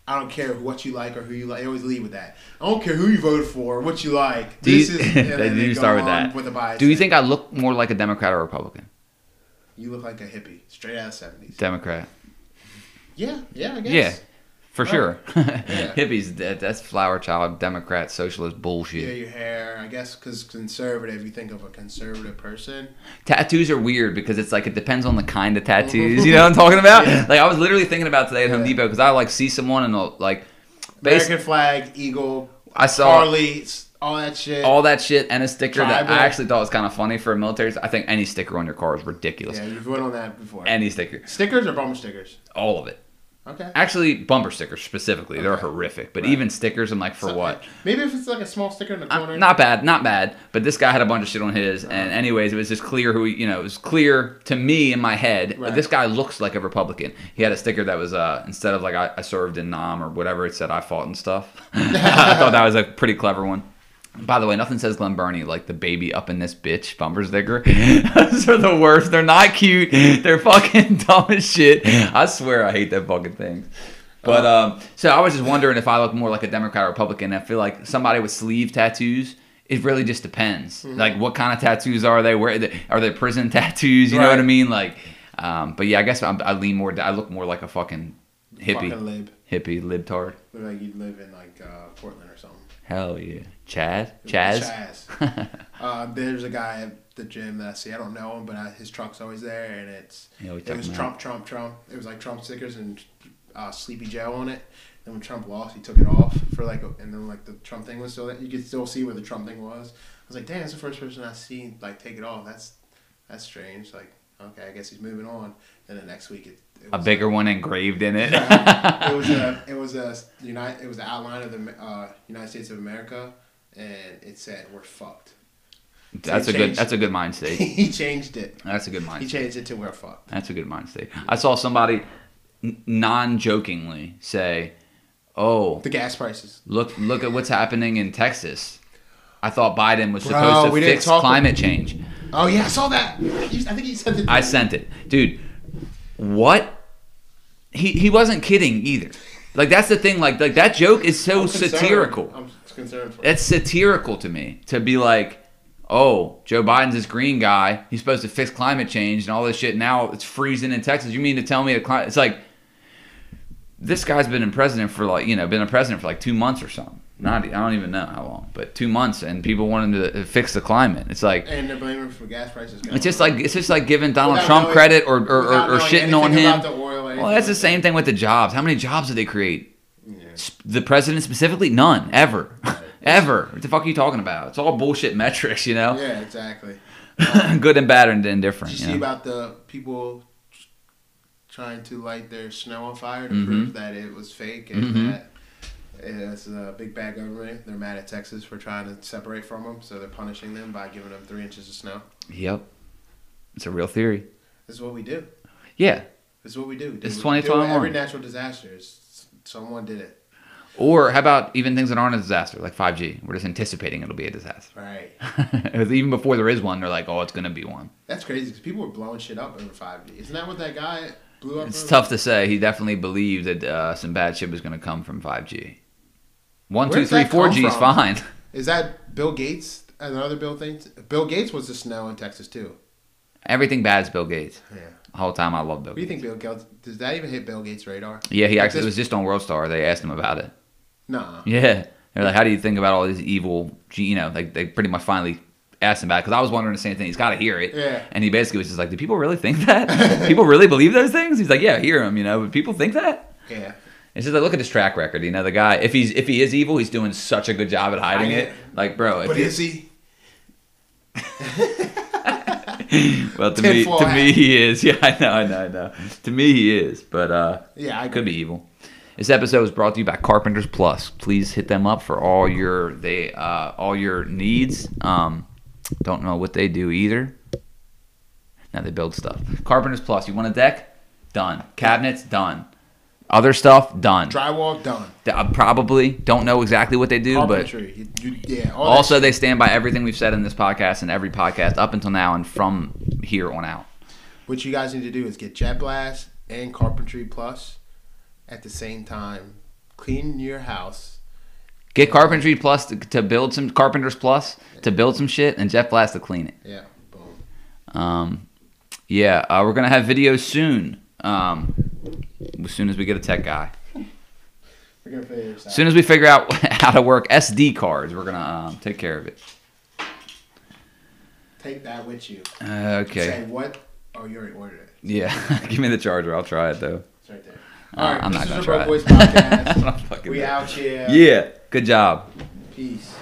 S2: I don't care what you like or who you like. They always lead with that. I don't care who you voted for, or what you like.
S1: Do you,
S2: and
S1: they
S2: then
S1: do
S2: they go
S1: start with
S2: on
S1: that.
S2: With a bias
S1: do you
S2: thing.
S1: think I look more like a Democrat or Republican?
S2: you look like a hippie straight out of seventies?
S1: Democrat.
S2: Yeah, yeah, I guess.
S1: Yeah, for
S2: Right.
S1: sure. Hippies, that, that's flower child, Democrat, socialist
S2: Yeah,
S1: bullshit.
S2: your hair. I guess because conservative, you think of a conservative person.
S1: Tattoos are weird because it's like it depends on the kind of tattoos. You know what I'm talking about? Like I was literally thinking about today at Home
S2: Yeah.
S1: Depot because I like see someone and they'll, like, bas-
S2: American flag, eagle,
S1: I saw
S2: Harley, s- all that shit.
S1: all that shit and a sticker that
S2: Tribal.
S1: I actually thought was kind of funny for military. I think any sticker on your car is ridiculous.
S2: Yeah, you've went on that before.
S1: Any sticker,
S2: stickers or bumper stickers?
S1: all of it.
S2: Okay.
S1: Actually, bumper stickers specifically, they're
S2: Okay.
S1: horrific. But
S2: Right.
S1: even stickers, I'm like, for
S2: So-
S1: what?
S2: Maybe if it's like a small sticker in the corner. Uh-huh.
S1: I'm, Uh, not bad, not bad. But this guy had a bunch of shit on his, and anyways, it was just clear who he- you know. It was clear to me in my head.
S2: Right.
S1: This guy looks like a Republican. He had a sticker that was uh instead of like I, I served in Nam or whatever, it said I fought and stuff. I thought that was a pretty clever one. By the way, nothing says Glen Burnie like the baby up in this bitch bumper sticker. Those are the worst. They're not cute. They're fucking dumb as shit. I swear I hate that fucking thing. But
S2: Uh-huh.
S1: um, so I was just wondering if I look more like a Democrat or Republican. I feel like somebody with sleeve tattoos. It really just depends.
S2: Mm-hmm.
S1: Like what kind of tattoos are they? Where are they? Prison tattoos? You know what I
S2: Right.
S1: mean? Like, um, but yeah, I guess I'm, I lean more. I look more like a fucking hippie,
S2: Fucking lib.
S1: hippie libtard.
S2: Look like you live in like uh, Portland or something.
S1: Hell yeah, Chaz, Chaz.
S2: Chaz. Uh, there's a guy at the gym that I see. I don't know him, but I, his truck's always there, and it's
S1: Yeah, we
S2: it
S1: took
S2: was
S1: him out.
S2: Trump, Trump, Trump. It was like Trump stickers and uh, Sleepy Joe on it. And when Trump lost, he took it off for like, a, and then like the Trump thing was still there. You could still see where the Trump thing was. I was like, damn, that's the first person I see like take it off. That's that's strange. Like, okay, I guess he's moving on. Then the next week, it, it
S1: a
S2: was-
S1: bigger one engraved in it.
S2: it was a it was a United it was the outline of the uh, United States of America, and it said we're fucked.
S1: that's a good. That's a good mind state.
S2: he changed it.
S1: That's a good mind.
S2: He
S1: state.
S2: changed it to we're fucked.
S1: That's a good mind state. I saw somebody n- non-jokingly say, "Oh,
S2: The gas prices.
S1: look, look at what's happening in Texas." I thought Biden was
S2: Bro,
S1: supposed
S2: we
S1: to
S2: didn't
S1: fix
S2: talk-
S1: climate change.
S2: Oh yeah, I saw that. You- I think he said that.
S1: I sent it, dude. What? He he wasn't kidding either. Like that's the thing. Like like that joke is so
S2: I'm concerned.
S1: satirical.
S2: I'm concerned for.
S1: That's satirical to me to be like, oh, Joe Biden's this green guy. He's supposed to fix climate change and all this shit. Now it's freezing in Texas. You mean to tell me the climate? It's like this guy's been in president for like you know been a president for like two months or something. Not I don't even know how long, but two months, and people want him to fix the climate. It's like
S2: And they're blaming him for gas prices. going
S1: it's just
S2: up.
S1: like it's just like giving Donald
S2: Without
S1: Trump
S2: knowing-
S1: credit or or, or,
S2: without
S1: or
S2: knowing
S1: shitting on
S2: anything
S1: him.
S2: about the oil or
S1: Well, that's the
S2: anything
S1: same thing with the jobs. How many jobs did they create?
S2: like that.
S1: Sp- the president specifically? None. Ever. Ever. What the fuck are you talking about? It's all bullshit metrics, you
S2: Yeah,
S1: know?
S2: yeah exactly.
S1: Good and bad and
S2: Did
S1: indifferent.
S2: you
S1: You
S2: see
S1: know?
S2: about the people trying to light their snow on fire to
S1: Mhm.
S2: prove that it was fake and
S1: Mhm.
S2: that it's a big bad government? They're mad at Texas for trying to separate from them, so they're punishing them by giving them three inches of snow.
S1: yep. It's a real theory.
S2: This is what we do.
S1: Yeah.
S2: This is what we do.
S1: It's
S2: We do
S1: 2021.
S2: Every natural disaster is someone did it.
S1: Or how about even things that aren't a disaster, like 5G? We're just anticipating it'll be a disaster.
S2: Right.
S1: even before there is one, they're like, oh, it's going to be one.
S2: That's crazy because people were blowing shit up over 5G. Isn't that what that guy blew up?
S1: It's
S2: over?
S1: tough to say. He definitely believed that uh, some bad shit was going to come from 5G. One,
S2: Where
S1: two,
S2: does
S1: three,
S2: that
S1: four
S2: come
S1: G is
S2: from?
S1: fine.
S2: Is that Bill Gates? Another Bill thing? Bill Gates was the snow in Texas too.
S1: Everything bad is Bill Gates.
S2: Yeah.
S1: The whole time I love Bill
S2: What do you
S1: Gates.
S2: think Bill Gates? Does that even hit Bill Gates' radar?
S1: Yeah, he actually, it
S2: this-
S1: was just on World Star. They asked him about it.
S2: Nah.
S1: Yeah. They're like, how do you think about all this evil? ge- You know, like they pretty much finally asked him about it because I was wondering the same thing. He's got to hear it.
S2: Yeah.
S1: And he basically was just like, do people really think that? people really believe those things? He's like, yeah, I hear him. You know, but people think that.
S2: Yeah.
S1: It's just like look at his track record. You know, the guy if he's if he is evil, he's doing such a good job at hiding
S2: Hiding
S1: it.
S2: it.
S1: Like, bro, if
S2: But
S1: you-
S2: is he?
S1: well, to me,
S2: Tinfoil
S1: to
S2: hat.
S1: me, he is. Yeah, I know, I know, I know. To me, he is. But uh,
S2: Yeah, I
S1: could be evil. This episode was brought to you by Carpenters Plus. Please hit them up for all your they uh, all your needs. Um, don't know what they do either. Now they build stuff. Carpenters Plus. You want a deck? Done. Cabinets done. Other stuff done.
S2: Drywall done.
S1: Th- uh, probably don't know exactly what they do, but
S2: Carpentry. You, you, yeah. All that
S1: also, they stand by everything we've said in this podcast and every podcast up until now and from here on out.
S2: What you guys need to do is get Jet Blast and Carpentry Plus at the same time. Clean your house.
S1: Get Carpentry Plus to, to build some Carpenters Plus to build some shit, and Jeff Blast to clean it.
S2: Yeah. Boom.
S1: Um, yeah, uh, we're gonna have videos soon. Um, as soon as we get a tech guy,
S2: We're gonna figure this out.
S1: as soon as we figure out how to work SD cards, we're gonna um, take care of it.
S2: Take that with you.
S1: Uh,
S2: Say
S1: okay.
S2: what? Oh, you already ordered it.
S1: Yeah, give me the charger. I'll try it though.
S2: It's right there.
S1: Uh,
S2: All right.
S1: I'm
S2: this
S1: not
S2: is
S1: gonna
S2: a Broke
S1: try it.
S2: Boys podcast.
S1: Fucking
S2: we
S1: do it.
S2: out here.
S1: Yeah. Good job.
S2: Peace.